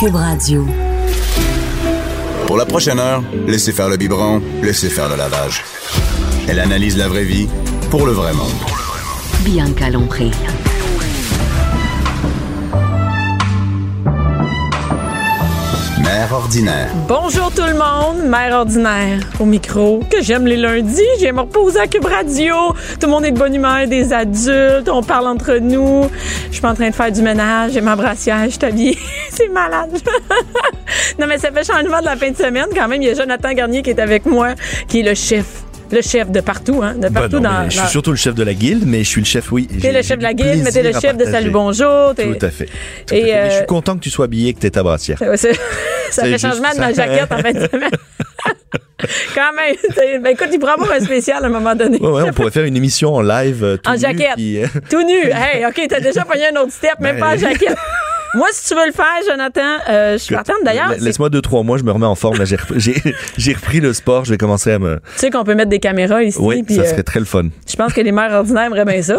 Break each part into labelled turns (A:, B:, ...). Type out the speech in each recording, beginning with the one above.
A: Cube Radio.
B: Pour la prochaine heure, laissez faire le biberon, laissez faire le lavage. Elle analyse la vraie vie pour le vrai monde.
A: Bianca Lompré.
B: Mère ordinaire.
C: Bonjour tout le monde, mère ordinaire au micro, que j'aime les lundis, j'aime me reposer à Cube Radio, tout le monde est de bonne humeur, des adultes, on parle entre nous, je suis en train de faire du ménage, j'ai ma brassière, je suis habillée, c'est malade. non mais ça fait changement de la fin de semaine quand même, il y a Jonathan Garnier qui est avec moi, qui est le chef, le chef de partout, hein, de
D: Bah
C: partout
D: non,
C: dans...
D: mais Je suis
C: dans-
D: surtout le chef de la guilde, mais je suis le chef, oui.
C: T'es
D: J'ai-
C: le
D: j'ai
C: chef
D: du
C: de la guilde, mais t'es le
D: plaisir à
C: chef de
D: partager.
C: Salut Bonjour. t'es-
D: Tout à fait. Tout
C: Et,
D: à fait. Mais Je
C: euh,
D: suis content que tu sois habillé, que t'aies ta brassière.
C: Ouais, c'est- ça
D: C'est
C: fait
D: juste-
C: changement de
D: ça
C: ma
D: fait-
C: jaquette en fin de semaine. Quand même. t'sais, Ben écoute, il pourrait avoir un spécial à un moment donné.
D: Ouais, ouais, on pourrait faire une émission en live. euh, tout
C: En
D: nu,
C: jaquette.
D: puis, euh,
C: Tout nu. Hey, OK, t'as déjà pogné un autre step, même
D: Ben,
C: pas en jaquette. Moi, si tu veux le faire, Jonathan, euh, je suis
D: écoute,
C: partante d'ailleurs.
D: la-
C: c'est-
D: Laisse-moi deux, trois mois, je me remets en forme. là, J'ai rep- j'ai- j'ai repris le sport, je vais commencer à me.
C: Tu sais qu'on peut mettre des caméras ici.
D: Oui,
C: puis,
D: ça
C: euh,
D: serait très le fun.
C: Je pense que les mères ordinaires aimeraient bien ça.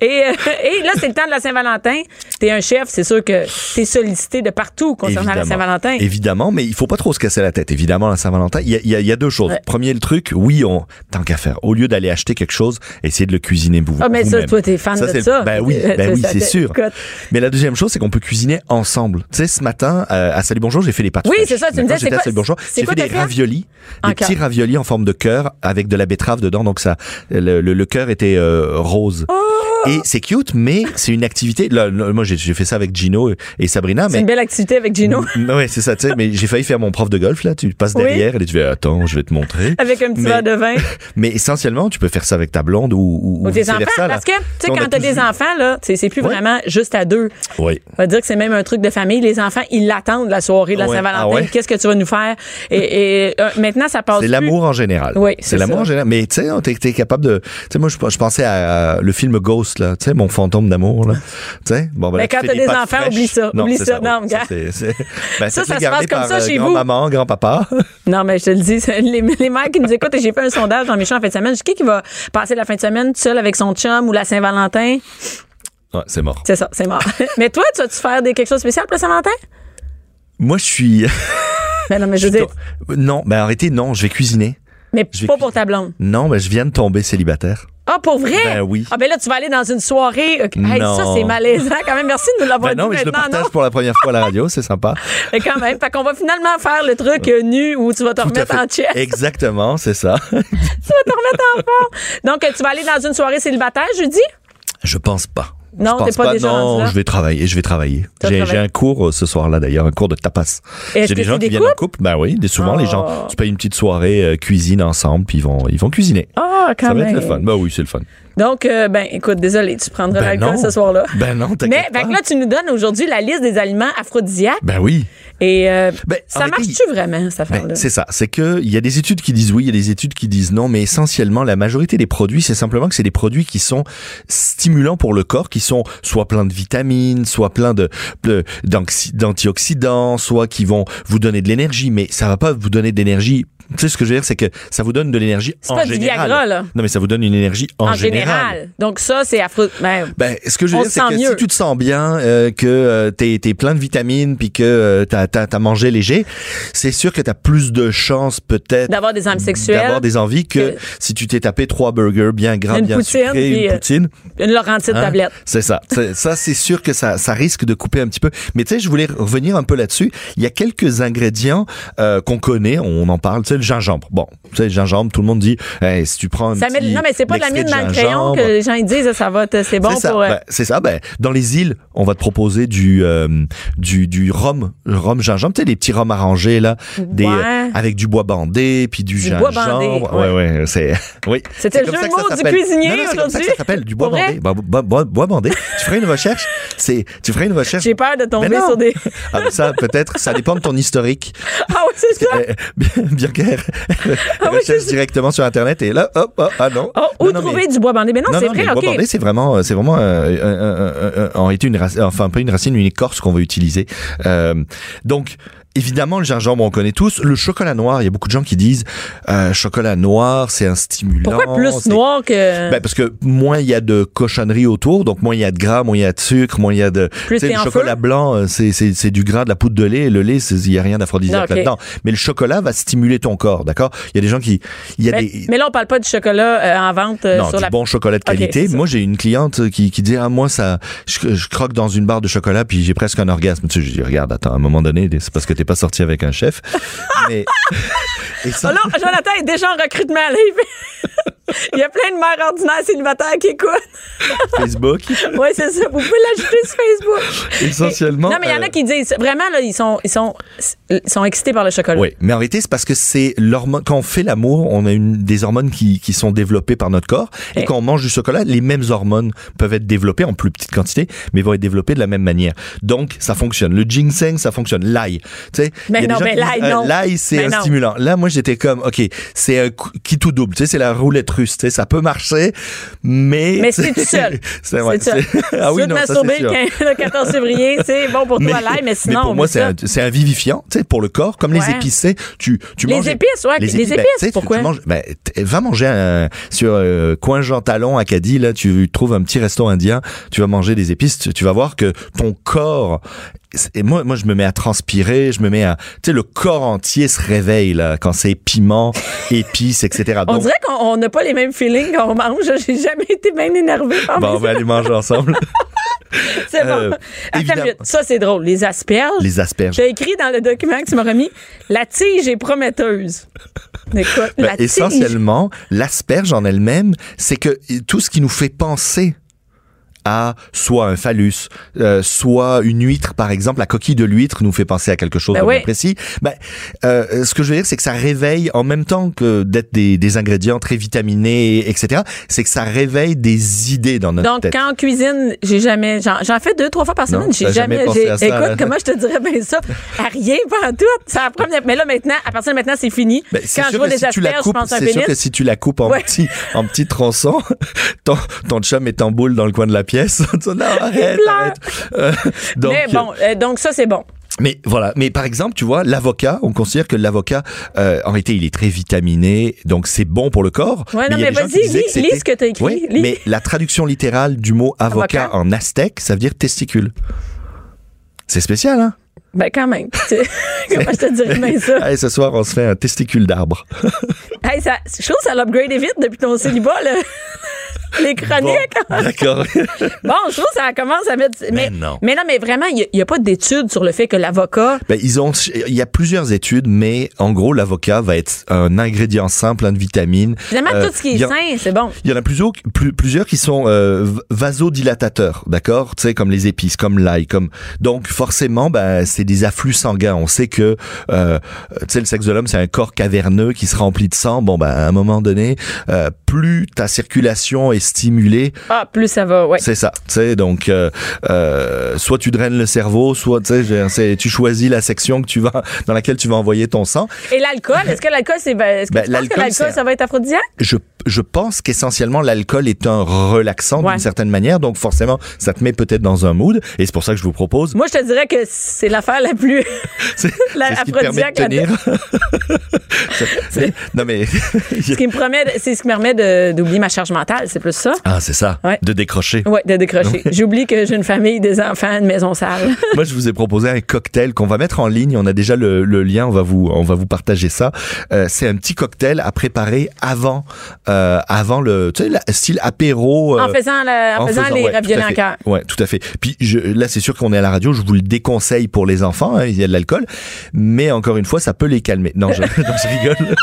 C: et, euh, et là, c'est le temps de la Saint-Valentin. T'es un chef, c'est sûr que t'es sollicité de partout concernant la Saint-Valentin.
D: Évidemment, mais il faut pas trop se casser la tête. Évidemment, la Saint-Valentin, il y a, il y a- il y a deux choses.
C: Ouais.
D: Premier, le truc, oui, on tant qu'à faire. Au lieu d'aller acheter quelque chose, essayez de le cuisiner vous.
C: Ah, mais ça,
D: vous-même.
C: toi, t'es fan de
D: c'est le-
C: ça.
D: Ben oui,
C: Euh,
D: ben
C: ça,
D: oui,
C: ça
D: c'est
C: fait-
D: sûr.
C: écoute.
D: Mais la deuxième chose, c'est qu'on peut cuisiner ensemble. Tu sais, ce matin, euh, à Salut Bonjour, j'ai fait les pâtes.
C: Oui,
D: fraîches.
C: c'est ça, tu me
D: Quand
C: disais, c'est
D: J'étais à
C: quoi-
D: Salut Bonjour,
C: c'est
D: j'ai
C: quoi Ah,
D: fait
C: t'as
D: des
C: fait?
D: raviolis,
C: En
D: des petits
C: cœur.
D: raviolis en forme de cœur avec de la betterave dedans. Donc ça, le, le- le cœur était euh, rose.
C: Oh
D: Et c'est cute, mais c'est une activité. Là, là, moi, j'ai j'ai fait ça avec Gino et- et Sabrina,
C: C'est
D: mais
C: une belle activité avec Gino.
D: Mm, Ouais, c'est ça, tu sais, mais j'ai failli faire mon prof de golf, là. Tu passes
C: Oui.
D: derrière et tu fais, attends, je vais te montrer.
C: Avec un petit
D: Mais-
C: verre de vin.
D: Mais essentiellement, tu peux faire ça avec ta blonde ou, ou,
C: Ou tes enfants.
D: vice-versa, là.
C: Parce que, tu sais,
D: On a
C: quand t'as
D: tous
C: des
D: eu-
C: enfants, là, tu sais, c'est plus
D: Ouais.
C: vraiment juste à deux.
D: Oui.
C: On va dire que c'est même un truc de famille. Les enfants, ils l'attendent, la soirée de la
D: Ouais.
C: Saint-Valentin.
D: Ah ouais?
C: Qu'est-ce que tu vas nous faire? Et, et, euh, maintenant, ça passe.
D: C'est
C: plus.
D: l'amour en général.
C: Oui, c'est
D: c'est l'amour
C: ça.
D: en général. Mais tu sais, t'es, t'es capable de. Tu sais, moi, je, je pensais à, à le film Ghost, là. Tu sais, mon fantôme d'amour, là. Tu sais, bon, ben,
C: Mais
D: là, tu
C: quand
D: fais
C: t'as des
D: pâtes
C: enfants,
D: fraîches.
C: oublie ça,
D: Non,
C: oublie
D: c'est
C: ça.
D: oui.
C: Non, regarde.
D: c'est, c'est- ben,
C: Ça,
D: c'est
C: ça se passe
D: gardé
C: comme
D: par,
C: ça
D: euh,
C: chez vous.
D: Grand-maman, grand-papa.
C: Non, mais je te le dis, c'est- les, les mères qui nous écoutent, et j'ai fait un sondage dans mes champs en fin de semaine. Je dis, qui qui va passer la fin de semaine seul avec son chum ou la Saint-Valentin?
D: Ouais, c'est mort.
C: C'est ça, c'est mort. mais toi, tu vas-tu faire des, quelque chose de spécial pour la Saint-Valentin?
D: Moi, je suis.
C: Mais non, mais je veux dire,
D: non, ben arrêtez, non, je vais cuisiner.
C: mais
D: je vais
C: pas
D: cuisiner.
C: pour ta blonde.
D: Non, ben je viens de tomber célibataire.
C: Ah, pour vrai?
D: Ben oui.
C: Ah, ben là, tu vas aller dans une soirée. Ok. Hey,
D: Non.
C: ça, c'est malaisant quand même. Merci de nous l'avoir
D: Ben non,
C: dit
D: mais je le
C: maintenant.
D: partage
C: non?
D: pour la première fois à la radio, c'est sympa.
C: Mais quand même. Fait qu'on va finalement faire le truc euh, nu où tu vas te
D: Tout à
C: remettre
D: fait.
C: en chest.
D: Exactement, c'est ça.
C: tu vas te remettre en forme. Donc, euh, tu vas aller dans une soirée célibataire jeudi?
D: Je pense pas.
C: Non,
D: je pense
C: t'es pas déjà rendu
D: non,
C: là?
D: je vais travailler, je vais travailler.
C: T'as
D: J'ai,
C: travaillé.
D: j'ai un cours euh, ce soir-là d'ailleurs, un cours de tapas.
C: Et est-ce
D: J'ai des
C: que
D: gens
C: c'est
D: qui
C: des
D: viennent en couple, ben oui, des- souvent les
C: Oh.
D: gens, tu payes une petite soirée euh, cuisine ensemble, puis ils vont ils vont cuisiner.
C: Ah, quand
D: ça va
C: même.
D: être le fun. Ben oui, c'est le fun.
C: Donc, euh, ben, écoute, désolé, tu prendras
D: Ben
C: l'alcool
D: non.
C: ce soir-là.
D: Ben non,
C: Mais
D: t'inquiète
C: fait que
D: pas.
C: là, tu nous donnes aujourd'hui la liste des aliments aphrodisiaques.
D: Ben oui.
C: Et euh,
D: Ben,
C: ça
D: arrêtez,
C: marche-tu vraiment, cette
D: Ben,
C: affaire-là?
D: c'est ça, c'est que il y a des études qui disent oui, il y a des études qui disent non, mais essentiellement la majorité des produits, c'est simplement que c'est des produits qui sont stimulants pour le corps, qui sont soit pleins de vitamines, soit pleins de de- d'anxi- d'antioxydants, soit qui vont vous donner de l'énergie, mais ça va pas vous donner de l'énergie. Tu sais ce que je veux dire, c'est que ça vous donne de l'énergie
C: C'est
D: en
C: pas du
D: général.
C: Viagra, là.
D: Non, mais ça vous donne une énergie en,
C: en général. Donc, ça, c'est affreux. Ben,
D: ben, ce que je
C: On
D: veux dire,
C: se
D: c'est
C: sent
D: que
C: mieux.
D: si tu te sens bien, euh, que euh, t'es t'es plein de vitamines, puis que euh, t'as t'as t'as mangé léger, c'est sûr que t'as plus de chances peut-être
C: D'avoir des âmes sexuelles.
D: d'avoir des envies que,
C: Que-
D: si tu t'es tapé trois burgers bien gras,
C: Une
D: bien
C: poutine,
D: sucrés,
C: puis,
D: une
C: euh,
D: poutine.
C: une Laurentide
D: hein,
C: tablette.
D: C'est ça. C'est- Ça, c'est sûr que ça, ça risque de couper un petit peu. Mais tu sais, je voulais revenir un peu là-dessus. Il y a quelques ingrédients euh, qu'on connaît, on en parle. Tu sais, le gingembre. Bon, tu sais, le gingembre, tout le monde dit, Hey, si tu prends un
C: Ça met-
D: petit
C: non, mais c'est pas de la
D: extrait
C: mine
D: de
C: dans le crayon
D: gingembre,
C: que les gens ils disent, ça va, te- c'est bon
D: c'est ça.
C: pour. euh,
D: Ben, c'est ça. Ben, dans les îles, on va te proposer du euh, du, du rhum, rhum gingembre, tu sais, les petits rhums arrangés là, des,
C: Ouais.
D: euh, avec du bois bandé, puis du,
C: Du bois
D: gingembre.
C: bandé,
D: ouais, ouais, c'est oui.
C: C'était
D: C'est
C: le
D: comme
C: jeu
D: ça
C: de
D: que ça
C: mots du
D: s'appelle.
C: cuisinier
D: Non, non, c'est comme ça que
C: aujourd'hui.
D: Ça s'appelle du bois
C: Pour vrai?
D: bandé. Ben, bo- bo- bois bandé. tu ferais une recherche, c'est tu ferais une recherche.
C: J'ai peur de tomber
D: Mais ben non.
C: sur des.
D: Ah, mais ça peut-être, ça dépend de ton historique.
C: Ah oui, c'est ça.
D: Euh, Birker
C: Ah oui, c'est
D: recherche
C: ça.
D: directement sur internet et là hop, hop ah non.
C: Oh,
D: Non,
C: ou
D: non, mais-
C: trouver du bois bandé. Mais non, c'est
D: mais
C: vrai,
D: le bois
C: OK.
D: bandé, c'est vraiment, c'est vraiment, euh, euh, euh, euh, en été une racine, enfin pas une racine, une écorce qu'on va utiliser. Euh, donc évidemment le gingembre on connaît tous. Le chocolat noir, il y a beaucoup de gens qui disent euh, chocolat noir, c'est un stimulant.
C: Pourquoi plus
D: c'est-
C: noir hein? que.
D: ben parce que moins il y a de cochonneries autour, donc moins il y a de gras, moins il y a de sucre, moins il y a de.
C: Plus
D: Tu sais,
C: t'es
D: le
C: en
D: chocolat blanc, euh, c'est c'est c'est du gras, de la poudre de lait. et Le lait, c'est- il y a rien d'aphrodisiaque
C: Non, ok.
D: là-dedans. Mais le chocolat va stimuler ton corps, d'accord Il y a des gens qui, il y a
C: mais,
D: des.
C: mais là, on parle pas du chocolat euh, en vente euh,
D: non,
C: sur
D: du
C: la.
D: bon chocolat de
C: Ok,
D: qualité.
C: c'est ça.
D: Moi, j'ai une cliente qui, qui dit ah moi ça, je, je croque dans une barre de chocolat puis j'ai presque un orgasme. Tu sais, je dis regarde, attends, à un moment donné, c'est parce que t'es pas sorti avec un chef. mais et
C: Oh
D: ça,
C: non, Jonathan est déjà en recrutement. là. Il fait- Il y a plein de mères ordinaires célibataires qui écoutent.
D: Facebook
C: Oui, c'est ça. Vous pouvez l'ajouter sur Facebook.
D: essentiellement.
C: Non, mais il y en
D: euh,
C: a qui disent vraiment, là, ils sont, ils sont, ils sont excités par le chocolat.
D: Oui, mais en réalité, c'est parce que c'est l'hormone. Quand on fait l'amour, on a une des hormones qui, qui sont développées par notre corps. Et
C: Ouais.
D: quand on mange du chocolat, les mêmes hormones peuvent être développées en plus petite quantité, mais vont être développées de la même manière. Donc, ça fonctionne. Le ginseng, ça fonctionne. L'ail, tu sais.
C: Mais
D: il y a des
C: non,
D: gens
C: mais
D: qui disent,
C: l'ail,
D: euh,
C: non.
D: L'ail, c'est
C: Mais
D: un
C: non.
D: stimulant. Là, moi, j'étais comme, ok, c'est un coup- qui tout double. Tu sais, c'est la roulette russe. Tu sais, ça peut marcher, mais.
C: Mais c'est tout seul.
D: C'est vrai.
C: C'est ça.
D: Ah oui,
C: Tu veux te
D: non, ça
C: masturber
D: c'est sûr.
C: le 15 le 14 février, c'est bon pour toi, l'ail, mais sinon.
D: pour moi,
C: oublie
D: c'est
C: ça.
D: un, c'est un vivifiant, tu sais, pour le corps, comme les
C: Ouais.
D: épices. tu sais, Tu, tu
C: Les
D: manges-
C: épices, ouais, les
D: ben,
C: Ah, épices,
D: tu sais, tu-
C: pourquoi?
D: tu manges- ben, t- va manger un- sur euh, coin Jean Talon, Acadie, là, tu trouves un petit resto indien, tu vas manger des épices, tu, tu vas voir que ton corps. c'est- Et moi, moi, je me mets à transpirer, je me mets à. Tu sais, le corps entier se réveille, là, quand c'est piment, épices, etc.
C: On
D: Donc,
C: dirait qu'on on n'a pas les mêmes feelings quand on mange. J'ai jamais été bien énervée par
D: bon, on
C: mes-
D: va aller manger ensemble.
C: C'est bon.
D: euh,
C: Attends une
D: évidemment.
C: minute. Ça, c'est drôle. Les asperges.
D: les asperges.
C: J'ai écrit dans le document que tu m'as remis la tige est prometteuse. Écoute,
D: Ben,
C: la tige.
D: essentiellement, l'asperge en elle-même, c'est que tout ce qui nous fait penser à soit un phallus, euh, soit une huître, par exemple, la coquille de l'huître nous fait penser à quelque chose
C: Ben
D: de
C: oui.
D: bien précis. Ben, euh, ce que je veux dire, c'est que ça réveille, en même temps que d'être des, des ingrédients très vitaminés, etc., c'est que ça réveille des idées dans notre
C: Donc,
D: tête.
C: quand en cuisine, j'ai jamais. J'en j'en fais deux, trois fois par semaine.
D: Non,
C: J'ai
D: t'as jamais
C: jamais.
D: pensé
C: j'ai-
D: à ça, là.
C: écoute, comment je te dirais bien ça? À rien, pas en tout. Ça la première- Mais là, maintenant, à partir de maintenant, c'est fini.
D: Ben, c'est
C: quand je
D: sûr
C: vois
D: que
C: des
D: si tu la
C: asperges, je
D: coupes,
C: pense à un
D: c'est sûr que
C: pénis.
D: si tu la coupes en
C: Ouais.
D: petits, en petits tronçons, ton, ton chum est en boule dans le coin de la pièce. Tu dis, non, arrête,
C: pleure.
D: arrête. Euh, donc,
C: mais bon, euh, donc ça, c'est bon.
D: Mais voilà, mais par exemple, tu vois, l'avocat, on considère que l'avocat, euh, en réalité, il est très vitaminé, donc c'est bon pour le corps.
C: Ouais, non,
D: il y a
C: mais
D: des gens qui
C: vas-y,
D: disaient
C: lis-
D: c'était-
C: lis ce que t'as écrit,
D: Oui,
C: lis.
D: mais la traduction littérale du mot avocat,
C: Avocat.
D: en aztèque, ça veut dire testicule. C'est spécial, hein
C: Ben, quand même. Tu- comment je te dirais bien ça?
D: Allez, ce soir, on se fait un testicule d'arbre.
C: Hey, ça, je trouve que ça l'a upgradé vite depuis ton célibat, là. Les
D: Bon,
C: chroniques.
D: D'accord.
C: Bon, je trouve que ça commence à mettre.
D: Mais Ben non.
C: Mais non, mais vraiment, il n'y a, pas d'études sur le fait que l'avocat.
D: Ben, ils ont, il y a plusieurs études, mais en gros, l'avocat va être un ingrédient sain, plein de vitamines.
C: Finalement,
D: Euh,
C: tout ce qui est
D: il y a-
C: sain, c'est bon.
D: Il y en a plusieurs, plus- plusieurs qui sont euh, v- vasodilatateurs, d'accord Tu sais, comme les épices, comme l'ail, comme... Donc, forcément, bah, c'est des afflux sanguins. On sait que, euh, tu sais, le sexe de l'homme, c'est un corps caverneux qui se remplit de sang. Bon, bah, à un moment donné, euh, plus ta circulation est stimulée,
C: Ah, plus ça va, ouais.
D: c'est ça. Tu sais, donc, euh, euh, soit tu draines le cerveau, soit, tu sais, je- c'est- tu choisis la section que tu vas, dans laquelle tu vas envoyer ton sang.
C: Et l'alcool, est-ce que l'alcool, c'est. ben, Est-ce que
D: Ben,
C: tu penses que
D: l'alcool,
C: l'alcool,
D: c'est-
C: ça va être aphrodisiaque?
D: je, je pense qu'essentiellement l'alcool est un relaxant
C: Ouais.
D: d'une certaine manière, donc forcément ça te met peut-être dans un mood, et c'est pour ça que je vous propose.
C: Moi, je te dirais que c'est l'affaire la plus.
D: C'est
C: La-
D: c'est ce qui te permet de
C: aphrodisiaque,
D: tenir. non mais
C: ce qui me promet, de- c'est ce qui me permet de- d'oublier ma charge mentale, c'est plus ça.
D: ah c'est ça,
C: Ouais.
D: de décrocher.
C: Ouais, de décrocher. J'oublie que j'ai une famille, des enfants, une maison sale.
D: Moi je vous ai proposé un cocktail qu'on va mettre en ligne. On a déjà le, le lien, on va vous on va vous partager ça. Euh, c'est un petit cocktail à préparer avant euh, avant le tu sais la- style apéro.
C: en
D: euh,
C: faisant, la- en faisant les
D: ouais,
C: raviolis
D: tout à
C: en
D: fait.
C: cœur.
D: Ouais, tout à fait. Puis je, là, c'est sûr qu'on est à la radio, je vous le déconseille pour les enfants, hein, il y a de l'alcool, mais encore une fois, ça peut les calmer. Non, je, non, je rigole.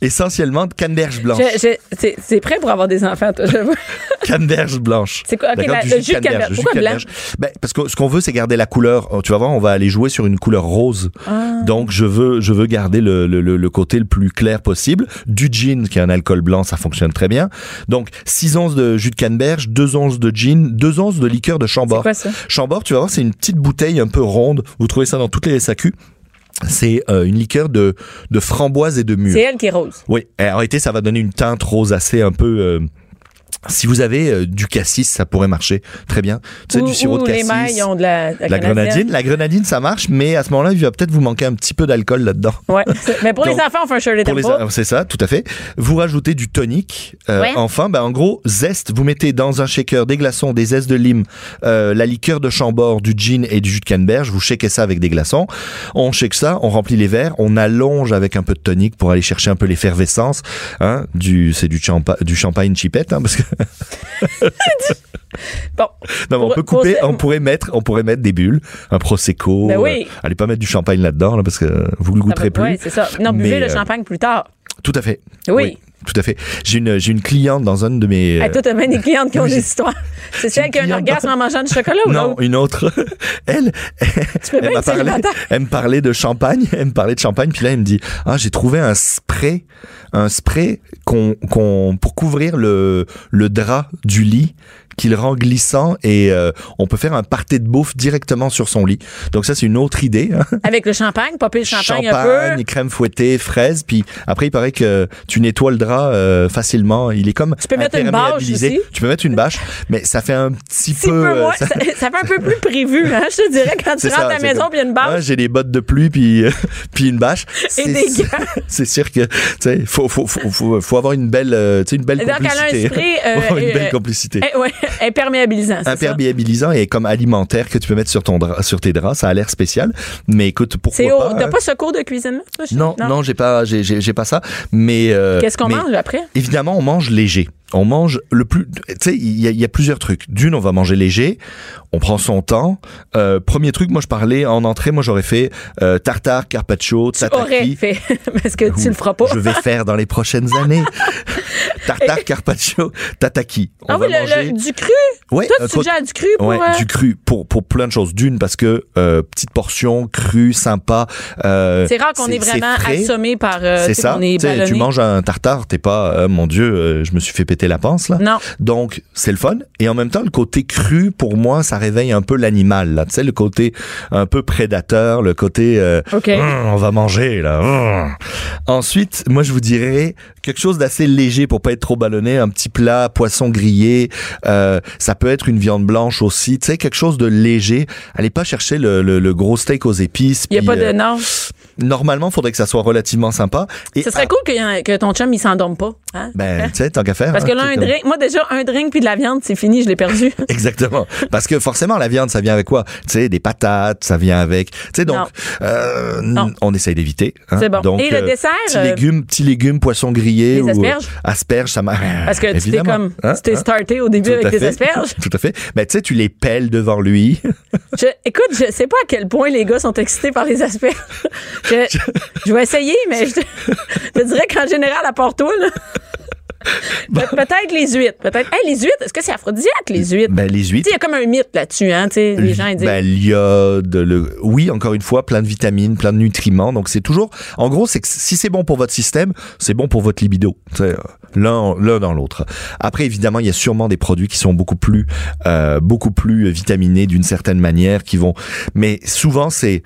D: Essentiellement de canneberge blanche.
C: Je- je- c'est- C'est prêt pour avoir des enfants, toi, je vois.
D: Canneberge blanche.
C: C'est quoi? OK, bah,
D: D'accord,
C: la-
D: du
C: le jus de canneberge.
D: du jus de
C: Pourquoi
D: canneberge. Ben, parce que ce qu'on veut, c'est garder la couleur. Oh, Tu vas voir, on va aller jouer sur une couleur rose.
C: Ah.
D: Donc, je veux, je veux garder le, le, le- le côté le plus clair possible. Du gin, qui est un alcool blanc, ça fonctionne très bien. Donc, 6 onces de jus de canneberge, 2 onces de gin, 2 onces de liqueur de
C: C'est
D: chambord.
C: quoi ça?
D: Chambord, tu vas voir, c'est une petite bouteille un peu ronde. Vous trouvez ça dans toutes les SAQ. C'est euh, une liqueur de, de framboise et de mûre.
C: C'est elle qui est rose.
D: Oui, et en réalité, ça va donner une teinte rosacée un peu. euh, si vous avez euh, du cassis, ça pourrait marcher très bien. Tu sais,
C: Ou-
D: du sirop de
C: ou les
D: cassis.
C: mères, ils ont de la, de la
D: la grenadine, la grenadine, ça marche, mais à ce moment-là, il va peut-être vous manquer un petit peu d'alcool là-dedans.
C: Ouais. C'est- Mais pour les
D: Donc,
C: enfants, on fait un Shirley
D: Pour les-
C: Temple.
D: c'est ça, tout à fait. Vous rajoutez du tonic. Euh,
C: Ouais.
D: Enfin, ben, en gros, zeste. Vous mettez dans un shaker des glaçons, des zestes de lime, euh, la liqueur de chambord, du gin et du jus de canneberge. Vous shakez ça avec des glaçons. On shake ça, on remplit les verres, on allonge avec un peu de tonic pour aller chercher un peu l'effervescence. Hein, du, c'est du, champa- du champagne chipette, hein, parce que
C: Bon.
D: non, mais on
C: Pour-
D: peut couper.
C: pour-
D: On pourrait mettre, on pourrait mettre des bulles, un prosecco.
C: Ben oui.
D: euh, allez pas mettre du champagne là-dedans, là, parce que euh, vous le
C: Ça va-
D: goûterez plus.
C: ouais, c'est ça. Non,
D: Mais,
C: buvez le
D: euh,
C: champagne plus tard.
D: Tout à fait.
C: Oui.
D: Tout à fait. J'ai une, j'ai une cliente dans une de mes.
C: Hey, toi, t'as bien des clientes qui ont
D: Euh, oui,
C: des
D: j'ai-
C: histoires. C'est celle
D: une
C: qui a un
D: cliente.
C: orgasme en mangeant du chocolat ou
D: Non,
C: non?
D: une autre. Elle,
C: peux pas
D: elle, m'a
C: être
D: parlé,
C: célibataire.
D: elle me parlait de champagne, elle me parlait de champagne, puis là elle me dit "Ah, j'ai trouvé un spray, un spray qu'on qu'on pour couvrir le le drap du lit." qu'il rend glissant et euh, on peut faire un party de bouffe directement sur son lit. Donc ça c'est une autre idée. hein.
C: Avec le champagne, popper le champagne, un peu.
D: Champagne, crème fouettée, fraise, puis après il paraît que tu nettoies le drap euh, facilement. Il est comme
C: peux mettre une bâche
D: imperméabilisé.
C: aussi.
D: Tu peux mettre une bâche, mais ça fait un petit
C: Petit
D: peu.
C: peu
D: euh,
C: moins.
D: ça-
C: Ça, ça fait un peu plus prévu, hein, je te dirais, quand tu
D: c'est
C: rentres
D: ça,
C: à la
D: c'est
C: maison
D: comme,
C: puis il y a une
D: Ah,
C: barbe.
D: j'ai des bottes de pluie puis euh, puis une bâche. C'est-
C: des
D: c'est-
C: gants.
D: C'est sûr que tu sais, faut faut, faut faut faut avoir une belle euh, tu sais une belle
C: Donc, elle a un
D: complicité.
C: esprit, euh,
D: Faut avoir une
C: euh,
D: belle complicité.
C: Eh, ouais, imperméabilisant, c'est ça.
D: Imperméabilisant et comme alimentaire que tu peux mettre sur ton drap, sur tes draps, ça a l'air spécial. Mais écoute, pourquoi
C: C'est
D: pas
C: au-
D: hein.
C: T'as pas ce cours de cuisine? là, ça,
D: Non, non, j'ai pas, j'ai, j'ai, j'ai pas ça. Mais euh,
C: Qu'est-ce qu'on
D: mais
C: mange après?
D: Évidemment, on mange léger. On mange le plus. Tu sais, il y, a- il y a plusieurs trucs. D'une, on va manger léger. On prend son temps. Euh, premier truc, moi, je parlais en entrée. Moi, j'aurais fait euh, tartare, carpaccio,
C: Aurais
D: tataki.
C: fait. Parce que tu
D: Ouh,
C: le feras pas.
D: Je vais faire dans les prochaines années. tartare, carpaccio, tataki. On
C: Ah oui,
D: va
C: le-
D: manger.
C: le- du cru.
D: Ouais,
C: Toi,
D: euh,
C: tu suggères du cru pour.
D: Ouais,
C: euh,
D: du cru pour pour plein de choses. D'une parce que euh, petite portion, cru, sympa. euh,
C: C'est rare qu'on est, vraiment
D: c'est frais.
C: assommé par. euh,
D: C'est
C: tu sais,
D: ça.
C: qu'on est
D: Tu sais,
C: ballonné.
D: tu manges un tartare, t'es pas, euh, mon Dieu, euh, je me suis fait péter la panse là.
C: Non.
D: Donc c'est le fun et en même temps le côté cru pour moi ça réveille un peu l'animal là. Tu sais le côté un peu prédateur, le côté euh,
C: OK.
D: Hum, on va manger là. hum. Ensuite, moi je vous dirais quelque chose d'assez léger pour pas être trop ballonné, un petit plat poisson grillé, euh, ça peut être une viande blanche aussi, tu sais quelque chose de léger. Allez pas chercher le, le- le gros steak aux épices.
C: Il n'y a
D: puis,
C: pas de.
D: euh,
C: Non.
D: Normalement, faudrait que ça soit relativement sympa. Et
C: Ce serait cool qu'il y en- que ton chum, il s'endorme pas. hein?
D: ah. ben, tu sais, tant qu'à faire.
C: Parce que
D: hein,
C: là,
D: tu sais,
C: un
D: comme- Hein?
C: drink. Moi, déjà, un drink puis de la viande, c'est fini, je l'ai perdu.
D: Exactement. Parce que forcément, la viande, ça vient avec quoi? Tu sais, des patates, ça vient avec. Tu sais, donc,
C: Non.
D: euh,
C: Non.
D: on essaye d'éviter. hein.
C: C'est bon.
D: Donc,
C: Et le dessert,
D: Petits
C: euh,
D: légumes, petits légumes, poisson grillé.
C: les
D: ou, euh,
C: asperges?
D: Asperges, ça marche.
C: euh, Parce que tu t'es comme. tu t'es starté au début avec des asperges.
D: Tout Hein? à fait. Mais tu sais, tu les pelles devant lui.
C: Je- écoute, je sais pas à quel point les gars sont excités par les asperges. Je, je vais essayer, mais je te, je te dirais qu'en général, à part toi, là. Pe- Peut-être les huîtres. Peut-être. Hey, les huîtres, est-ce que c'est aphrodisiaque, les huîtres?
D: Ben, les huîtres.
C: Tu sais, il y a comme un mythe là-dessus, hein, tu sais, les gens, ils disent.
D: Ben, l'iode, le... oui, encore une fois, plein de vitamines, plein de nutriments. Donc, c'est toujours, en gros, c'est que si c'est bon pour votre système, c'est bon pour votre libido. Tu sais, euh, L'un, l'un dans l'autre. Après, évidemment, il y a sûrement des produits qui sont beaucoup plus, euh, beaucoup plus vitaminés d'une certaine manière, qui vont, mais souvent, c'est,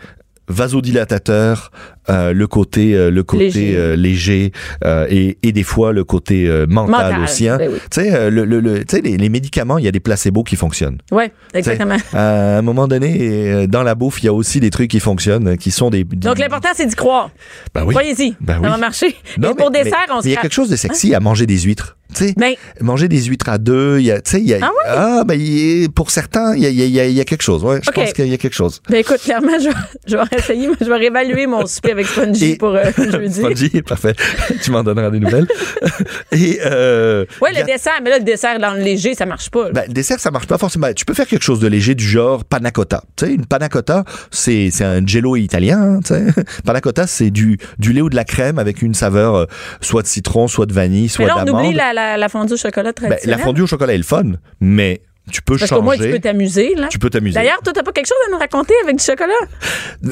D: vasodilatateur, euh, le côté euh, le côté
C: Léger.
D: euh, léger, euh, et, et des fois le côté euh, mental,
C: Mental,
D: aussi. hein.
C: ben oui.
D: Tu sais, euh, le, le- le- tu sais, les- les médicaments, il y a des placebos qui fonctionnent.
C: ouais, exactement.
D: T'sais, Euh, À un moment donné, euh, dans la bouffe, il y a aussi des trucs qui fonctionnent, qui sont des. des-
C: Donc, l'important, c'est d'y croire.
D: Ben oui.
C: Croyez-y.
D: Ben oui.
C: Ça va marcher.
D: Non,
C: Et pour
D: mais-
C: dessert,
D: mais-
C: on Hein?
D: mais
C: se
D: Il y a
C: cra-
D: quelque chose de sexy à manger des huîtres. Tu sais,
C: Ben-
D: manger des huîtres à deux, il y a, tu sais, il y a,
C: Ah ouais?
D: ben, il y a- pour certains, il y a, il y a- il y a- il y a quelque chose. Ouais, je
C: Ok.
D: pense qu'il y a quelque chose.
C: Ben écoute, clairement, je vais, je vais essayer, mais je vais réévaluer mon souper avec avec Spongy
D: Et-
C: pour euh, jeudi.
D: Spongy, parfait. tu m'en donneras des nouvelles. Et euh,
C: Ouais,
D: il y
C: le
D: a-
C: dessert, mais là, le dessert dans le léger, ça marche pas. là.
D: ben, le dessert, ça marche pas forcément. Tu peux faire quelque chose de léger du genre panna cotta. Tu sais, une panna cotta, c'est c'est un jello italien. hein, tu sais. panna cotta, c'est du, du lait ou de la crème avec une saveur euh, soit de citron, soit de vanille, soit
C: mais là, on
D: d'amande.
C: oublie la, la, la fondue au chocolat
D: Ben,
C: traditionnelle.
D: la fondue au chocolat est le fun, mais tu peux
C: Parce
D: changer.
C: qu'au moins, tu peux t'amuser, là.
D: Tu peux t'amuser.
C: D'ailleurs, toi, t'as pas quelque chose à nous raconter avec du chocolat?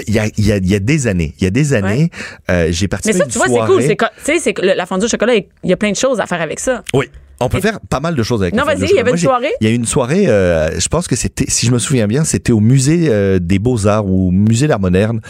D: il y a, il y a- il y a des années, il y a des années, euh, j'ai
C: Mais
D: participé
C: ça,
D: à une
C: tu vois, c'est
D: soirée.
C: cool. C'est co- Tu sais, c'est que le- la fondue au chocolat, il y a plein de choses à faire avec ça.
D: Oui. On peut faire pas mal de choses avec
C: Non,
D: la fondue
C: vas-y, il
D: au
C: y
D: chocolat.
C: avait
D: Moi,
C: une
D: j'ai-
C: soirée?
D: Il y a eu une soirée, euh, je pense que c'était, si je me souviens bien, c'était au musée euh, des Beaux-Arts ou au musée d'art moderne.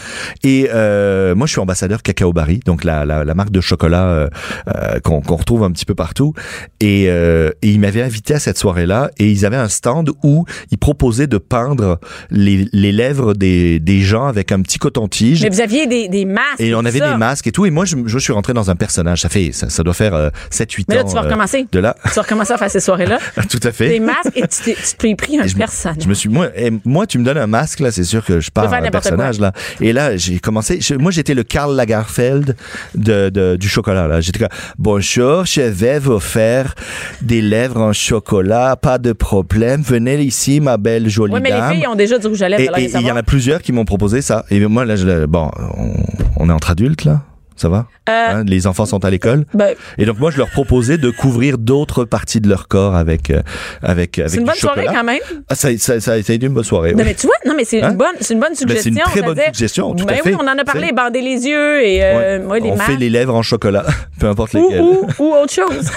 D: Et euh, moi, je suis ambassadeur Cacao Barry, donc la, la, la marque de chocolat euh, euh, qu'on qu'on retrouve un petit peu partout. Et, euh, et ils m'avaient invité à cette soirée-là et ils avaient un stand où ils proposaient de peindre les, les lèvres des, des gens avec un petit coton-tige.
C: Mais vous aviez des, des masques.
D: Et on
C: tout
D: avait
C: ça.
D: des masques et tout. Et moi, je, je suis rentré dans un personnage. Ça fait, ça, ça doit faire 7-8 ans.
C: Mais là, tu vas
D: euh,
C: recommencer.
D: de là,
C: Tu vas recommencer à faire ces soirées-là.
D: Ah, tout à fait.
C: Des masques et tu t'es- tu t'es pris un
D: Et je me-
C: personnage.
D: Je me suis moi, eh, moi tu me donnes un masque là, c'est sûr que je pars
C: faire
D: un
C: n'importe
D: personnage là. Et là, j'ai commencé. je- moi, j'étais le Karl Lagerfeld de, de- du chocolat là. J'étais comme bonjour, je vais vous faire des lèvres en chocolat, pas de problème. Venez ici, ma belle jolie
C: Oui, mais
D: dame.
C: les filles ont déjà du rouge à lèvres.
D: Et
C: alors
D: et
C: ils
D: il
C: savent.
D: y en a plusieurs qui m'ont proposé ça. Et moi là, je, le- bon, on, on est entre adultes là. Ça va
C: Euh,
D: Hein, Les enfants sont à l'école.
C: ben,
D: Et donc moi je leur proposais de couvrir d'autres parties de leur corps avec euh, avec avec
C: c'est une
D: du
C: bonne
D: chocolat.
C: soirée quand même.
D: Ah, ça, ça, ça a été une bonne soirée.
C: Non,
D: oui.
C: mais tu vois, non, mais c'est
D: Hein?
C: une bonne, c'est une bonne suggestion.
D: c'est une très bonne
C: c'est-à-dire-
D: suggestion, tout à
C: ben
D: fait.
C: oui, on en a parlé,
D: C'est-
C: bander les yeux et euh,
D: Ouais.
C: ouais, les
D: on
C: masques.
D: fait les lèvres en chocolat, peu importe
C: Ou,
D: lesquelles.
C: ou, ou autre chose.